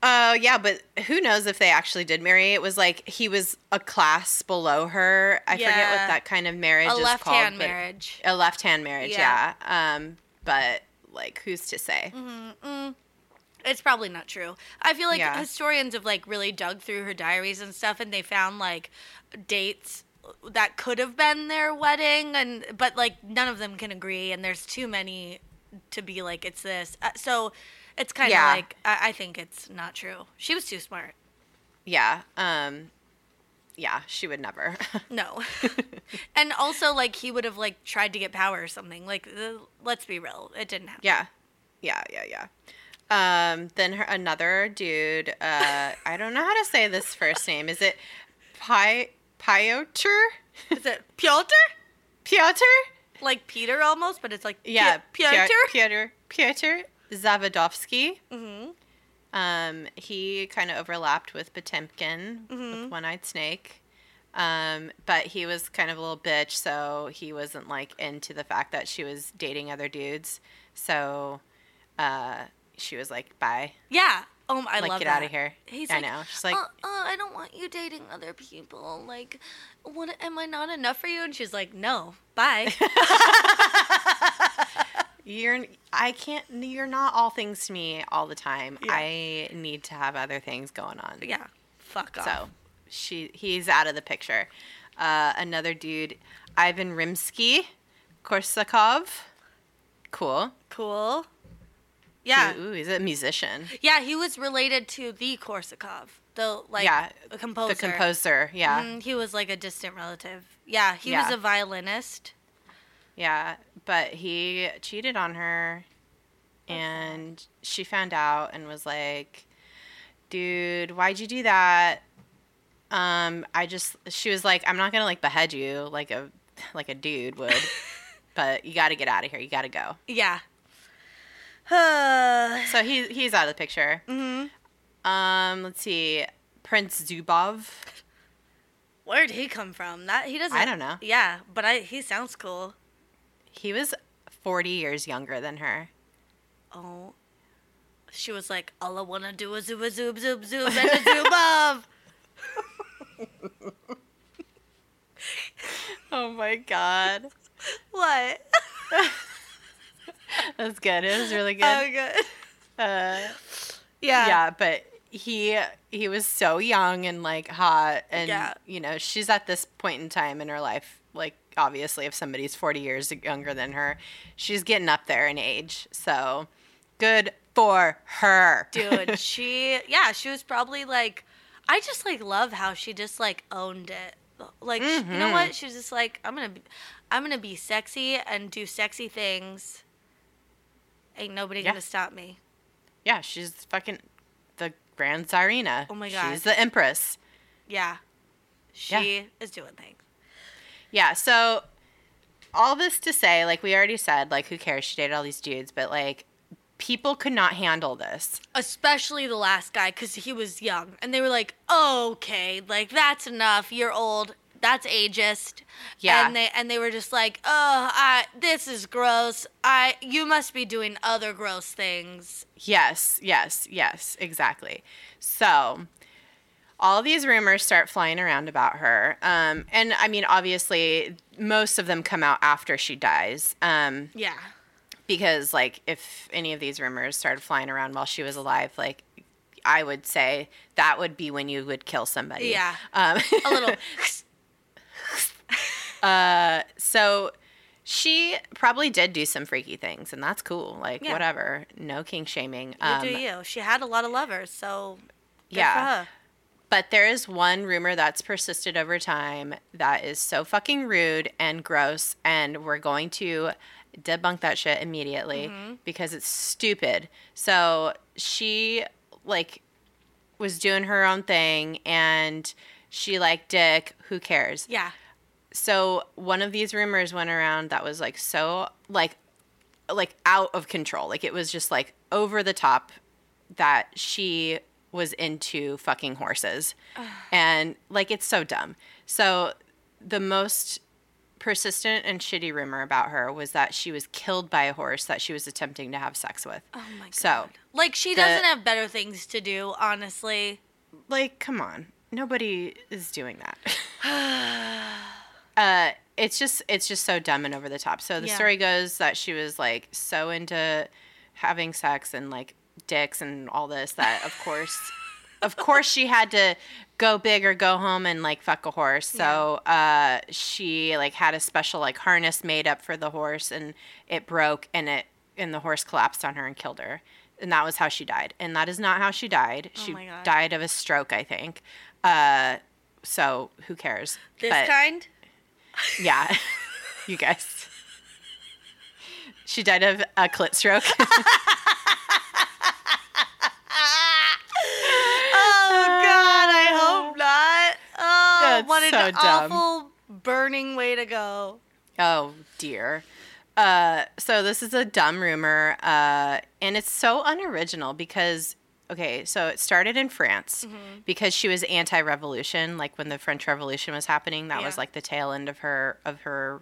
S1: Oh yeah, but who knows if they actually did marry? It was like he was a class below her. I forget
S2: Yeah.
S1: what that kind of marriage
S2: A
S1: is
S2: left
S1: called.
S2: hand
S1: but-
S2: marriage.
S1: A left hand marriage.
S2: Yeah. Mm-hmm.
S1: Yeah. Um. But like, who's to say?
S2: It's probably not true. I feel like
S1: Yeah.
S2: historians have like really dug through her diaries and stuff and they found like dates that could have been their wedding and but like none of them can agree and there's too many to be like it's this. Uh, so it's kind of
S1: Yeah.
S2: like I-, I think it's not true. She was too smart.
S1: Yeah. Um. Yeah, she would never.
S2: No. and also like he would have like tried to get power or something. Like the, let's be real, it didn't happen.
S1: Yeah. Yeah, yeah, yeah. Um, then her, another dude, uh, I don't know how to say this first name. Is it Pi Piotr?
S2: Is it Piotr?
S1: Piotr?
S2: Like Peter almost, but it's like Pi-
S1: Yeah.
S2: Piotr.
S1: Piotr. Piotr Zavodovsky.
S2: Mhm.
S1: Um, he kind of overlapped with Potemkin,
S2: Mm-hmm.
S1: with One Eyed Snake. Um, but he was kind of a little bitch, so he wasn't like into the fact that she was dating other dudes. So uh, she was like, bye.
S2: Yeah. Oh, I
S1: like
S2: love
S1: get
S2: that.
S1: out of here.
S2: He's
S1: I
S2: like,
S1: know. She's like,
S2: uh, uh, I don't want you dating other people. Like, what? Am I not enough for you? And she's like, No, bye. "Uh."
S1: you're, I can't, you're not all things to me all the time.
S2: Yeah.
S1: I need to have other things going on.
S2: yeah, fuck off.
S1: So she, he's out of the picture. Uh, another dude, Ivan Rimsky, Korsakov. Cool.
S2: Cool. Yeah,
S1: Ooh, he's a musician.
S2: yeah. He was related to the Korsakov, the like
S1: Yeah,
S2: a composer.
S1: The composer. Yeah.
S2: Mhm, he was like a distant relative. Yeah, he was
S1: Yeah.
S2: a violinist.
S1: Yeah. But he cheated on her and she found out and was like, dude, why'd you do that? Um, I just, she was like, I'm not going to like behead you like a, like a dude would, but you got to get out of here. You got to go.
S2: Yeah. Uh,
S1: So he, he's out of the picture. Um, let's see. Prince Zubov.
S2: where'd he come from? That he doesn't.
S1: I don't know.
S2: Yeah, but I he sounds cool.
S1: He was 40 years younger than her.
S2: Oh. She was like, all I wanna do is zoom, zoom, zoom, zoom, and a zoom of.
S1: Oh my God.
S2: What?
S1: That's good. It was really
S2: Oh,
S1: good.
S2: good.
S1: Uh,
S2: Yeah.
S1: yeah but he he was so young and like hot and
S2: Yeah.
S1: you know she's at this point in time in her life like obviously if somebody's 40 years younger than her she's getting up there in age so good for her
S2: Dude, she, yeah, she was probably like, I just like love how she just like owned it. Like she- you
S1: Mm-hmm.
S2: know what? She was just like, I'm gonna, be, I'm gonna be sexy and do sexy things. Ain't nobody
S1: Yeah.
S2: gonna stop me.
S1: Yeah, she's fucking the Grand Tsarina.
S2: Oh my
S1: She's
S2: God.
S1: the Empress.
S2: Yeah, she
S1: Yeah.
S2: is doing things.
S1: Yeah, so all this to say, like we already said, like who cares? She dated all these dudes, but like people could not handle this.
S2: especially the last guy because he was young and they were like okay like that's enough you're old that's ageist
S1: Yeah.
S2: and they and they were just like oh i this is gross i you must be doing other gross things
S1: Yes, yes, yes, exactly. So all these rumors start flying around about her. Um, and I mean, obviously, most of them come out after she dies. Um,
S2: yeah
S1: because, like, if any of these rumors started flying around while she was alive, like, I would say that would be when you would kill somebody.
S2: Yeah.
S1: Um,
S2: a little
S1: So she probably did do some freaky things, and that's cool. Like,
S2: Yeah.
S1: whatever. No king shaming.
S2: you do you she had a lot of lovers so good for
S1: Um, Yeah.
S2: her.
S1: But there is one rumor that's persisted over time that is so fucking rude and gross, and we're going to debunk that shit immediately because it's stupid. So she, like, was doing her own thing, and she, like, dick, who cares?
S2: yeah
S1: so one of these rumors went around that was like so like like out of control like it was just like over the top that she was into fucking horses and like it's so dumb so the most persistent and shitty rumor about her was that she was killed by a horse that she was attempting to have sex with
S2: oh my god
S1: so
S2: like she
S1: the-
S2: doesn't have better things to do honestly
S1: like come on nobody is doing that uh it's just it's just so dumb and over the top so the
S2: Yeah.
S1: story goes that she was like so into having sex and like dicks and all this that of course of course she had to go big or go home and like fuck a horse so uh she like had a special like harness made up for the horse and it broke and it and the horse collapsed on her and killed her and that was how she died and that is not how she died she
S2: Oh my God.
S1: died of a stroke i think uh so who cares
S2: this
S1: But-
S2: kind
S1: yeah you guessed she died of a clit stroke
S2: Oh God, I hope not. Oh,
S1: Uh, That's
S2: what an
S1: so dumb.
S2: awful burning way to go.
S1: Oh dear. Uh, so this is a dumb rumor, uh, and it's so unoriginal because okay, so it started in France
S2: Mm-hmm.
S1: because she was anti-revolution, like when the French Revolution was happening. That was
S2: Yeah.
S1: like the tail end of her of her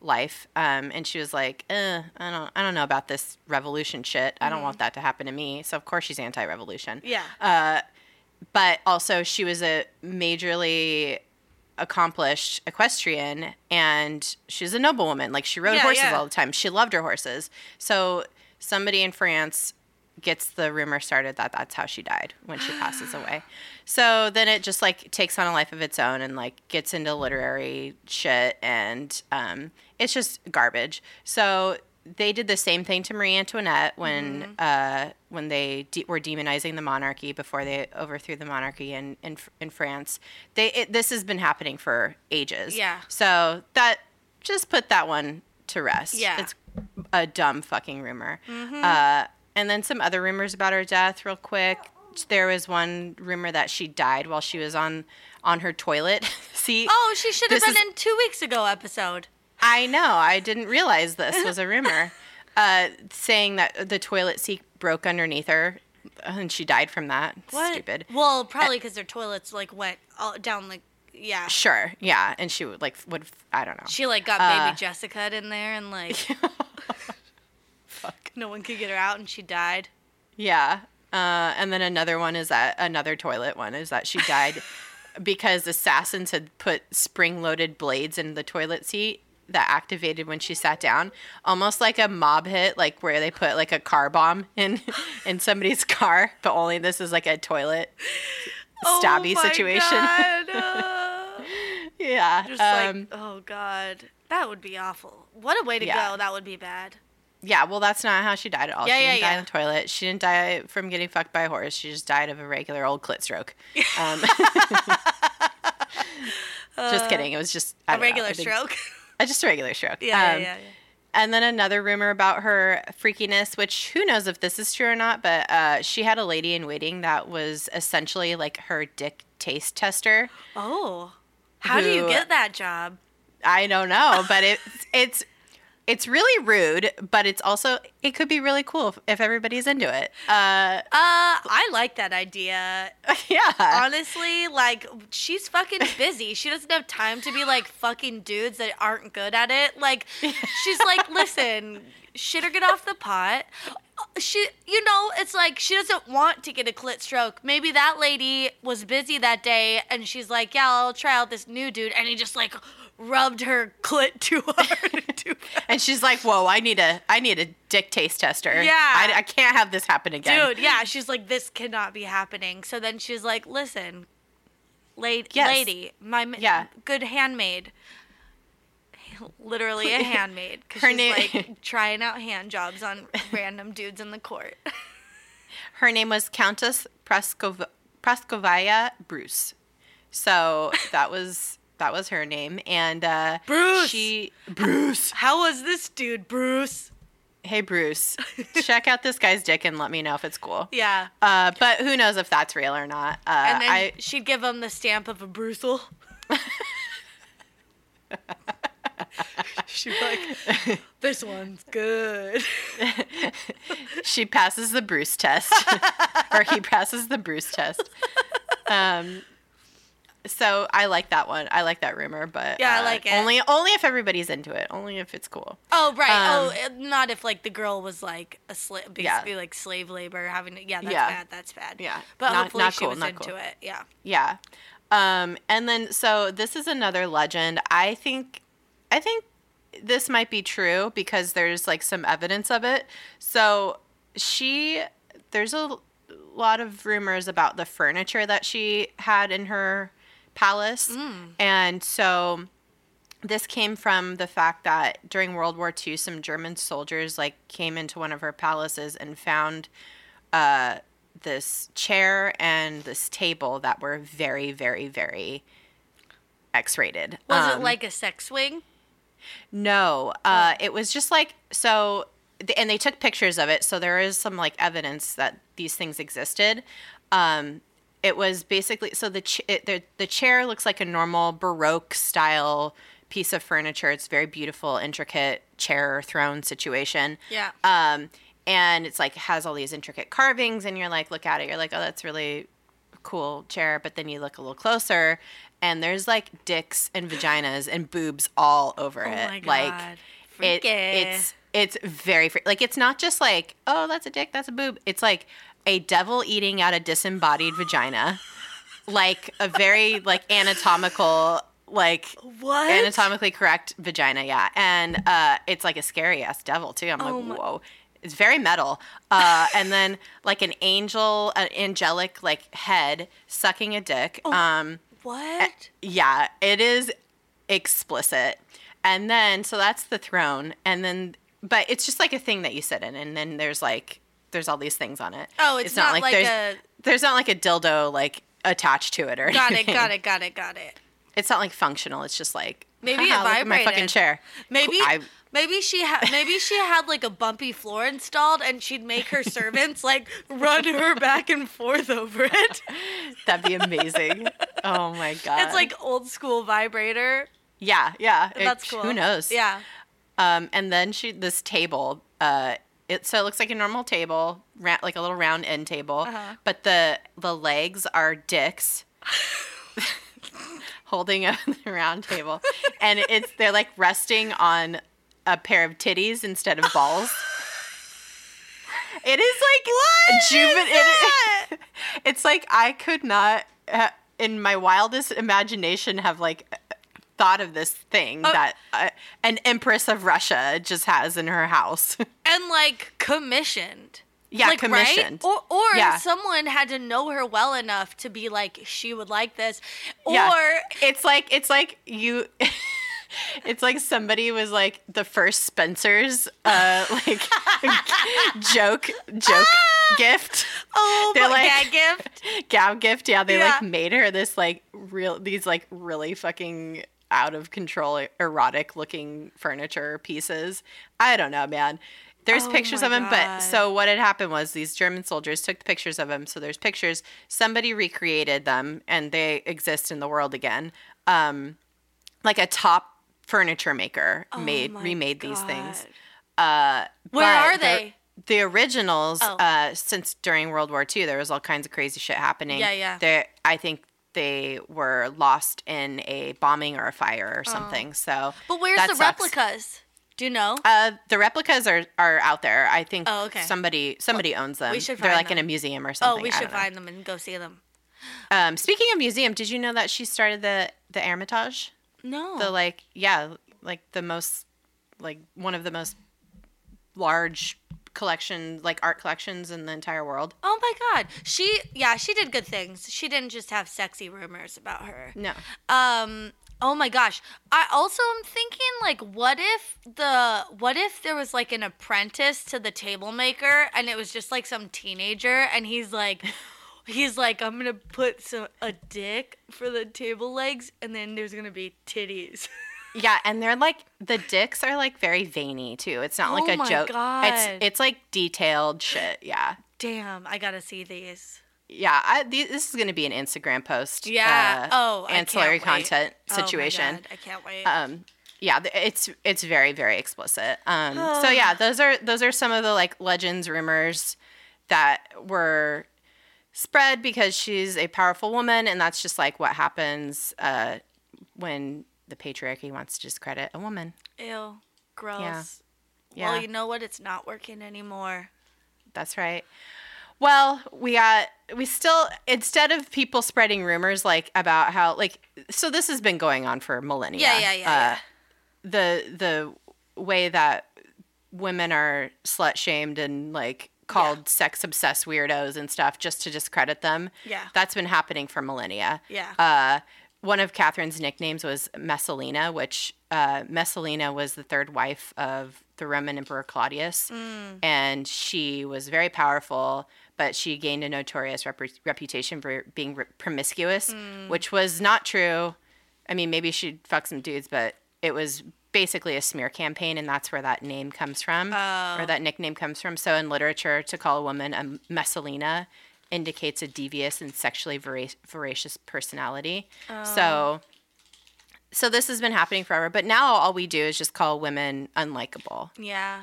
S1: life, um, and she was like, eh, I don't, I don't know about this revolution shit. I don't want that to happen to me. So of course she's anti-revolution
S2: Mm-hmm. Yeah.
S1: but also she was a majorly accomplished equestrian and she's a noblewoman like she rode
S2: Yeah,
S1: horses
S2: yeah.
S1: all the time she loved her horses so somebody in france gets the rumor started that that's how she died when she passes away so then it just like takes on a life of its own and like gets into literary shit and um, it's just garbage so they did the same thing to Marie Antoinette when uh, when they de- were demonizing the monarchy before they overthrew the monarchy in in, Fr- in France. They it, this has been happening for ages.
S2: Yeah.
S1: So that just put that one to rest.
S2: Yeah. Mm-hmm.
S1: It's a dumb fucking rumor. Uh, and then some other rumors about her death, real quick.
S2: Oh.
S1: There was one rumor that she died while she was on on her toilet seat.
S2: oh, she should have
S1: this
S2: been in two weeks ago episode.
S1: I know. I didn't realize this was a rumor. uh, saying that the toilet seat broke underneath her and she died from that.
S2: What?
S1: Stupid. Uh,
S2: Well, probably because their toilets like went all down like yeah.
S1: Sure. Yeah. And she would like would I don't know.
S2: She like got
S1: Uh,
S2: baby Jessica in there and like
S1: Fuck.
S2: no one could get her out and she died.
S1: Yeah. Uh, and then another one is that another toilet one is that she died because assassins had put spring loaded blades in the toilet seat that activated when she sat down, almost like a mob hit, like where they put like a car bomb in in somebody's car, but only this is like a toilet stabby
S2: oh my
S1: situation.
S2: God. uh,
S1: yeah.
S2: just
S1: um,
S2: like oh god, that would be awful. What a way to
S1: Yeah.
S2: go. That would be bad.
S1: Yeah, well, that's not how she died at all.
S2: Yeah,
S1: she
S2: yeah,
S1: didn't die
S2: yeah.
S1: in the toilet. She didn't die from getting fucked by a horse. She just died of a regular old clit stroke. Um, just kidding. It was just I
S2: Uh, A
S1: don't know,
S2: regular
S1: I think-
S2: stroke.
S1: uh, just a regular stroke.
S2: yeah,
S1: Um,
S2: yeah, yeah,
S1: And then another rumor about her freakiness, which who knows if this is true or not, but uh, she had a lady in waiting that was essentially like her dick taste tester.
S2: Oh. How do you
S1: who-
S2: get that job?
S1: I don't know, but it's it's it's really rude, but it's also it could be really cool if, if everybody's into it. Uh,
S2: Uh, I like that idea.
S1: yeah,
S2: Honestly, like she's fucking busy. She doesn't have time to be like fucking dudes that aren't good at it. Like she's like, listen, shit or get off the pot. She, you know, it's like she doesn't want to get a clit stroke. Maybe that lady was busy that day, and she's like, yeah, I'll try out this new dude, and he just like rubbed her clit too hard. and too fast.
S1: and she's like, "Whoa, I need a I need a dick taste tester.
S2: Yeah.
S1: I, I can't have this happen again."
S2: Dude, yeah, she's like, this cannot be happening. So then she's like, listen, lady,
S1: Yes.
S2: lady, my ma-
S1: Yeah.
S2: good handmaid, literally a handmaid, because
S1: Her
S2: she's
S1: name-
S2: like trying out hand jobs on random dudes in the court.
S1: her name was Countess Praskov- Praskovaya Bruce. So that was that was her name, and uh,
S2: Bruce!
S1: She Bruce.
S2: How was this dude, Bruce?
S1: Hey Bruce, check out this guy's dick and let me know if it's cool.
S2: Yeah.
S1: Uh, but who knows if that's real or not? Uh,
S2: And then
S1: I
S2: she'd give him the stamp of a Brucel. She'd be like, this one's good.
S1: she passes the Bruce test, or he passes the Bruce test. Um, so I like that one. I like that rumor, but
S2: Yeah, I
S1: uh,
S2: like it.
S1: Only only if everybody's into it. Only if it's cool.
S2: Oh right.
S1: Um,
S2: oh, it- not if like the girl was like a slave,
S1: Yeah.
S2: basically like slave labor, having to, yeah, that's
S1: Yeah.
S2: bad. That's bad.
S1: Yeah.
S2: But
S1: Not-
S2: hopefully
S1: not
S2: she
S1: cool,
S2: was
S1: not
S2: into
S1: cool.
S2: it. Yeah.
S1: Yeah. Um, and then so this is another legend. I think I think this might be true because there's like some evidence of it. So she there's a lot of rumors about the furniture that she had in her palace.
S2: Mm.
S1: And so this came from the fact that during World War II, some German soldiers like came into one of her palaces and found uh, this chair and this table that were very, very, very X-rated.
S2: Was it
S1: Um,
S2: like a sex swing?
S1: no, uh, it was just like so, th- and they took pictures of it. So there is some like evidence that these things existed. Um, it was basically so the, ch- it, the the chair looks like a normal Baroque style piece of furniture. It's very beautiful, intricate chair or throne situation.
S2: Yeah.
S1: Um, and it's like has all these intricate carvings, and you're like, look at it. You're like, oh, that's really cool chair. But then you look a little closer, and there's like dicks and vaginas and boobs all over
S2: Oh
S1: it.
S2: my god.
S1: Like it,
S2: Freaky.
S1: it's it's very fre- like it's not just like oh that's a dick that's a boob. It's like a devil eating out a disembodied vagina, like a very like anatomical like
S2: what?
S1: anatomically correct vagina yeah and uh it's like a scary ass devil too i'm
S2: Oh
S1: like
S2: my-
S1: whoa it's very metal uh and then like an angel an angelic like head sucking a dick
S2: Oh.
S1: um
S2: what?
S1: yeah it is explicit and then so that's the throne and then but it's just like a thing that you sit in and then there's like there's all these things on it
S2: Oh, it's not like
S1: there's
S2: a-
S1: there's not like a dildo like attached to it or
S2: Got it.
S1: anything.
S2: Got it. Got it. Got it.
S1: It's not like functional. It's just like
S2: Maybe it
S1: "Haha, look at my fucking
S2: vibrated.
S1: chair.
S2: Maybe
S1: I,
S2: maybe she had maybe she had like a bumpy floor installed and she'd make her servants like run her back and forth over it.
S1: that'd be amazing. oh my god!
S2: It's like old school vibrator.
S1: yeah, yeah. it-
S2: That's cool.
S1: Who knows?
S2: Yeah.
S1: Um, and then she this table. Uh, it so it looks like a normal table, ra- like a little round end table,
S2: Uh-huh.
S1: but the the legs are dicks. holding a round table and it's they're like resting on a pair of titties instead of balls it is like
S2: What is
S1: juvenile it, it's like i could not ha- in my wildest imagination have like thought of this thing that uh, an empress of russia just has in her house
S2: and like commissioned.
S1: Yeah,
S2: like, right?
S1: commissioned.
S2: Or or
S1: Yeah.
S2: someone had to know her well enough to be like she would like this. Or
S1: Yeah. it's like it's like you it's like somebody was like the first spencer's uh like joke joke gift
S2: Oh,
S1: They're
S2: but
S1: like-
S2: gag gift.
S1: Gab gift. Yeah, they like
S2: Yeah.
S1: made her this like real these like really fucking out of control erotic looking furniture pieces. I don't know, man. There's
S2: Oh
S1: pictures
S2: my
S1: of him,
S2: God.
S1: but so what had happened was these German soldiers took the pictures of him. So there's pictures. Somebody recreated them, and they exist in the world again. Um, like a top furniture maker made
S2: Oh my
S1: remade these things.
S2: God.
S1: Uh,
S2: Where
S1: but
S2: are
S1: the-
S2: they?
S1: The originals,
S2: Oh.
S1: uh, since during World War II, there was all kinds of crazy shit happening.
S2: Yeah, yeah.
S1: They, I think they were lost in a bombing or a fire or something. So,
S2: Oh. But where's
S1: that
S2: the
S1: sucks.
S2: replicas? Do you know?
S1: Uh, the replicas are, are out there. I think
S2: Oh, okay.
S1: somebody somebody owns them.
S2: we should
S1: They're
S2: find
S1: like in a
S2: them.
S1: museum or
S2: oh,
S1: something.
S2: we
S1: I
S2: should
S1: don't know.
S2: find them and go see them.
S1: Um, speaking of museum, did you know that she started the the Hermitage?
S2: No.
S1: the like yeah like the most like one of the most large collection like art collections in the entire world
S2: oh my god. She yeah, she did good things. She didn't just have sexy rumors about her.
S1: no
S2: Um oh my gosh. I also am thinking like what if the what if there was like an apprentice to the table maker and it was just like some teenager and he's like he's like I'm going to put some a dick for the table legs and then there's going to be titties.
S1: yeah and they're like the dicks are like very veiny too it's not
S2: Oh
S1: like a
S2: my
S1: joke
S2: God.
S1: it's it's like detailed shit yeah
S2: Damn, I got to see these.
S1: yeah I, th- this is going to be an instagram post
S2: Yeah.
S1: uh,
S2: oh, I can't
S1: ancillary
S2: wait.
S1: content
S2: Oh my
S1: situation
S2: God, I can't wait.
S1: um yeah th- it's it's very very explicit um so yeah those are those are some of the like legends rumors that were spread because she's a powerful woman and that's just like what happens uh when the patriarchy wants to discredit a woman
S2: Ew, gross.
S1: Yeah.
S2: Well, you know what? It's not working anymore.
S1: That's right. Well, we got we still instead of people spreading rumors like about how like so this has been going on for millennia. Uh,
S2: Yeah, yeah, yeah, yeah.
S1: The the way that women are slut shamed and like called sex obsessed weirdos and stuff just to discredit them.
S2: Yeah.
S1: That's been happening for millennia.
S2: Yeah.
S1: Uh, one of Catherine's nicknames was Messalina, which uh, Messalina was the third wife of the Roman Emperor Claudius. And she was very powerful, but she gained a notorious repu- reputation for being re- promiscuous, which was not true. I mean, maybe she'd fuck some dudes, but it was basically a smear campaign, and that's where that name comes from, or that nickname comes from. So in literature, to call a woman a Messalina indicates a devious and sexually vora- voracious personality. So, so this has been happening forever, but now all we do is just call women unlikable
S2: Yeah.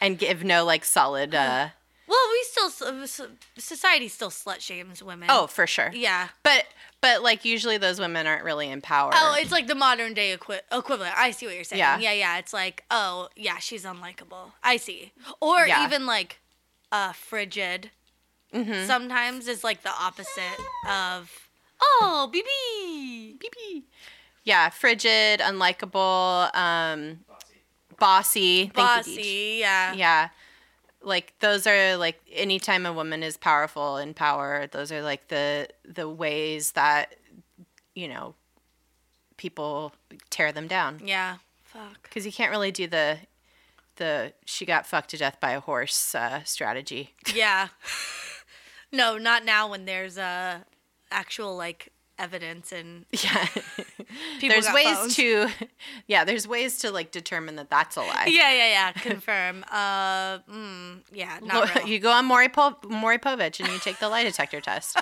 S1: and give no like solid. Uh,
S2: Well, we still s- s- society still slut shames women.
S1: oh, for sure.
S2: Yeah.
S1: But but like usually those women aren't really in power.
S2: Oh, it's like the modern day equi- equivalent. I see what you're saying.
S1: Yeah.
S2: yeah, yeah. It's like, oh, yeah, she's unlikable. I see. Or
S1: Yeah.
S2: even like, uh, frigid.
S1: Mm-hmm.
S2: Sometimes is like the opposite of, oh, BB.
S1: BB. Yeah, frigid, unlikable, um, bossy. Thank you, Deej.
S2: bossy. Yeah.
S1: Yeah. Like those are like anytime a woman is powerful in power, those are like the the ways that you know people tear them down.
S2: Yeah. Fuck.
S1: Because you can't really do the the she got fucked to death by a horse uh, strategy.
S2: Yeah. no, not now when there's uh, actual like evidence and
S1: Yeah,
S2: people
S1: there's
S2: got
S1: ways
S2: phones.
S1: to yeah, there's ways to like determine that that's a lie.
S2: Yeah, yeah, yeah. Confirm. uh, mm, yeah, not
S1: Lo-
S2: real.
S1: You go on Maury, po- Maury Povich and you take the lie detector test.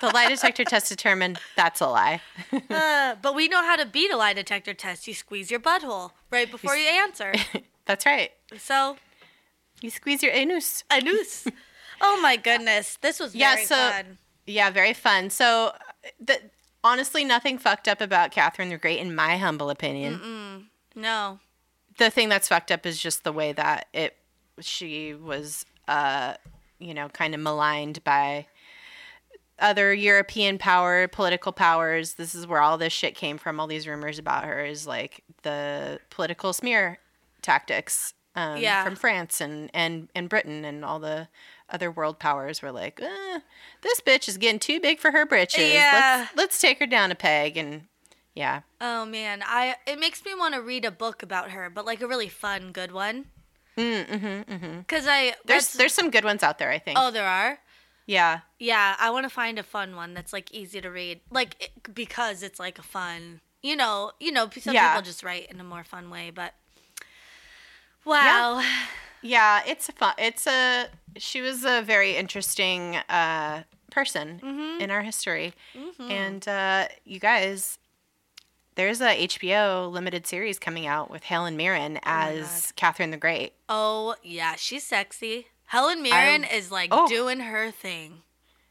S1: the lie detector test determined that's a lie.
S2: Uh, but we know how to beat a lie detector test. You squeeze your butthole right before you answer.
S1: That's right.
S2: So
S1: You squeeze your anus.
S2: a noose. oh my goodness, this was
S1: Yeah,
S2: very
S1: so-
S2: fun.
S1: Yeah, very fun. So, uh, the, honestly, nothing fucked up about Catherine the Great, in my humble opinion.
S2: No.
S1: The thing that's fucked up is just the way that it she was, uh, you know, kind of maligned by other European power, political powers. This is where all this shit came from. All these rumors about her is like the political smear tactics um,
S2: Yeah.
S1: from France and, and, and Britain and all the other world powers were like, eh, this bitch is getting too big for her britches.
S2: Yeah.
S1: Let's, let's take her down a peg. And yeah.
S2: Oh man, I it makes me want to read a book about her, but like a really fun, good one. Because I
S1: Mm, mm-hmm, There's
S2: that's-
S1: there's some good ones out there, I think.
S2: oh there are
S1: Yeah.
S2: yeah I want to find a fun one that's like easy to read like it, because it's like a fun you know you know some
S1: Yeah.
S2: people just write in a more fun way but wow
S1: Yeah, it's a fun. It's a she was a very interesting uh, person
S2: Mm-hmm.
S1: in our history,
S2: Mm.
S1: and uh, you guys, there's a HBO limited series coming out with Helen Mirren as Catherine the Great.
S2: oh yeah she's sexy Helen Mirren is like
S1: oh.
S2: doing her thing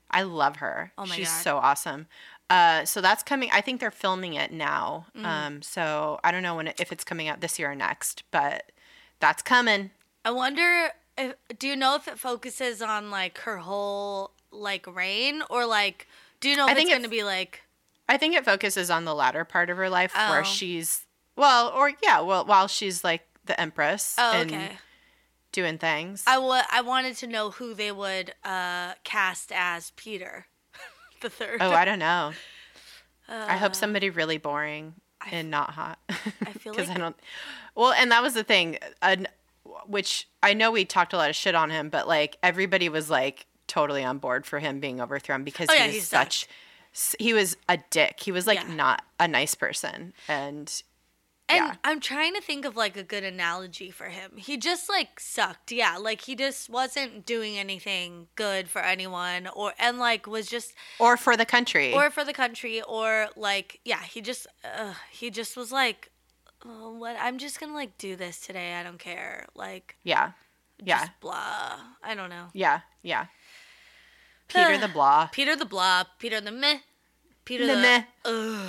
S1: I love her.
S2: Oh my
S1: she's
S2: God.
S1: so awesome. Uh, so that's coming. I think they're filming it now.
S2: Mm.
S1: Um, so I don't know when it, if it's coming out this year or next, but that's coming.
S2: I wonder if do you know if it focuses on like her whole like reign or like do you know if
S1: I think
S2: it's
S1: it-
S2: gonna be like
S1: I think it focuses on the latter part of her life
S2: Oh.
S1: where she's well, or yeah, well, while she's like the empress
S2: oh
S1: and
S2: okay
S1: doing things.
S2: I wa- I wanted to know who they would uh cast as Peter the third
S1: oh, I don't know. I hope somebody really boring
S2: Uh, I
S1: and not hot.
S2: I feel
S1: 'Cause
S2: like-
S1: I don't. Well, and that was the thing, an, which I know we talked a lot of shit on him, but like everybody was like totally on board for him being overthrown because
S2: Oh,
S1: he
S2: yeah,
S1: was
S2: he sucked.
S1: such. s- He was a dick. He was like
S2: Yeah.
S1: not a nice person, and
S2: and
S1: yeah.
S2: I'm trying to think of like a good analogy for him he just like sucked yeah like he just wasn't doing anything good for anyone or and like was just
S1: or for the country,
S2: or for the country or like yeah he just uh, he just was like oh, what i'm just gonna like do this today i don't care like
S1: yeah, yeah.
S2: just blah i don't know
S1: Yeah, yeah. Peter the Blah.
S2: peter the blah peter the meh peter
S1: The
S2: the,
S1: meh.
S2: Ugh.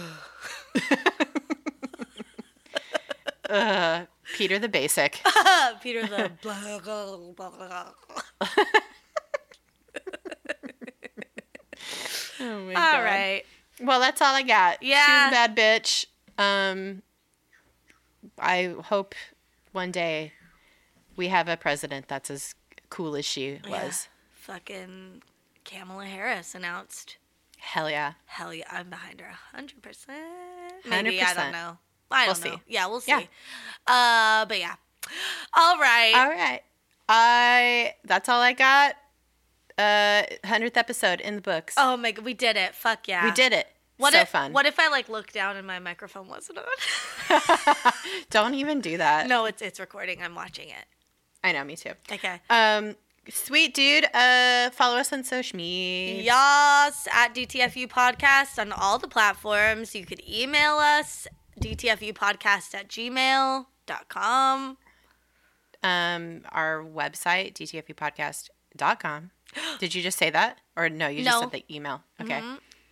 S1: Uh, Peter the Basic.
S2: Oh peter the blah, blah, blah, blah.
S1: oh my
S2: all right
S1: Well, that's all I got. She was
S2: Yeah.
S1: a bad bitch. Um, I hope one day we have a president that's as cool as she
S2: Yeah.
S1: was.
S2: fucking kamala harris announced
S1: Hell yeah.
S2: Hell yeah, I'm behind her 100%. Maybe, I
S1: 100%.
S2: don't know. I
S1: We'll
S2: don't
S1: see.
S2: know. Yeah, we'll see.
S1: Yeah.
S2: Uh, but yeah. All right.
S1: All right. I that's all I got. Uh, hundredth episode in the books.
S2: oh my god, we did it. Fuck yeah.
S1: We did it.
S2: What
S1: so
S2: if,
S1: fun.
S2: What if I like looked down and my microphone wasn't on?
S1: Don't even do that.
S2: no, it's it's recording. I'm watching it.
S1: I know. Me too.
S2: Okay.
S1: Um, sweet dude. Uh, follow us on social media.
S2: Yas at DTFU Podcast on all the platforms. You could email us dtfupodcast at gmail.com.
S1: um, our website, dtfupodcast.com. Did you just say that? Or no, you just
S2: No. Mm-hmm.
S1: said the email. Okay.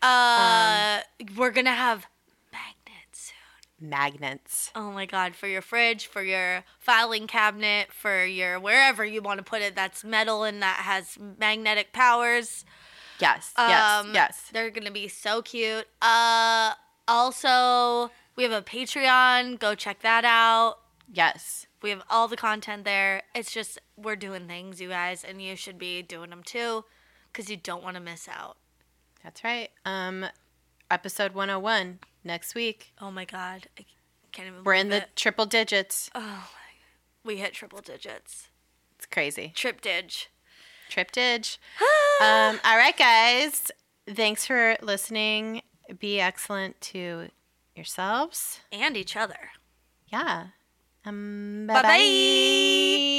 S2: Uh, we're going to have magnets
S1: Magnets.
S2: Oh my God, for your fridge, for your filing cabinet, for your wherever you want to put it that's metal and that has magnetic powers.
S1: Yes. Yes.
S2: Um,
S1: yes.
S2: They're going to be so cute. Uh, also, we have a Patreon. Go check that out.
S1: Yes.
S2: We have all the content there. It's just, we're doing things, you guys, and you should be doing them too because you don't want to miss out.
S1: That's right. Um, episode 101 next week.
S2: Oh my God. I can't even
S1: We're in the
S2: believe it.
S1: triple digits.
S2: We hit triple digits.
S1: It's crazy.
S2: Trip dig.
S1: Trip dig. um, all right, guys. Thanks for listening. Be excellent to yourselves.
S2: And each other.
S1: Yeah. Um,
S2: Bye
S1: bye-bye.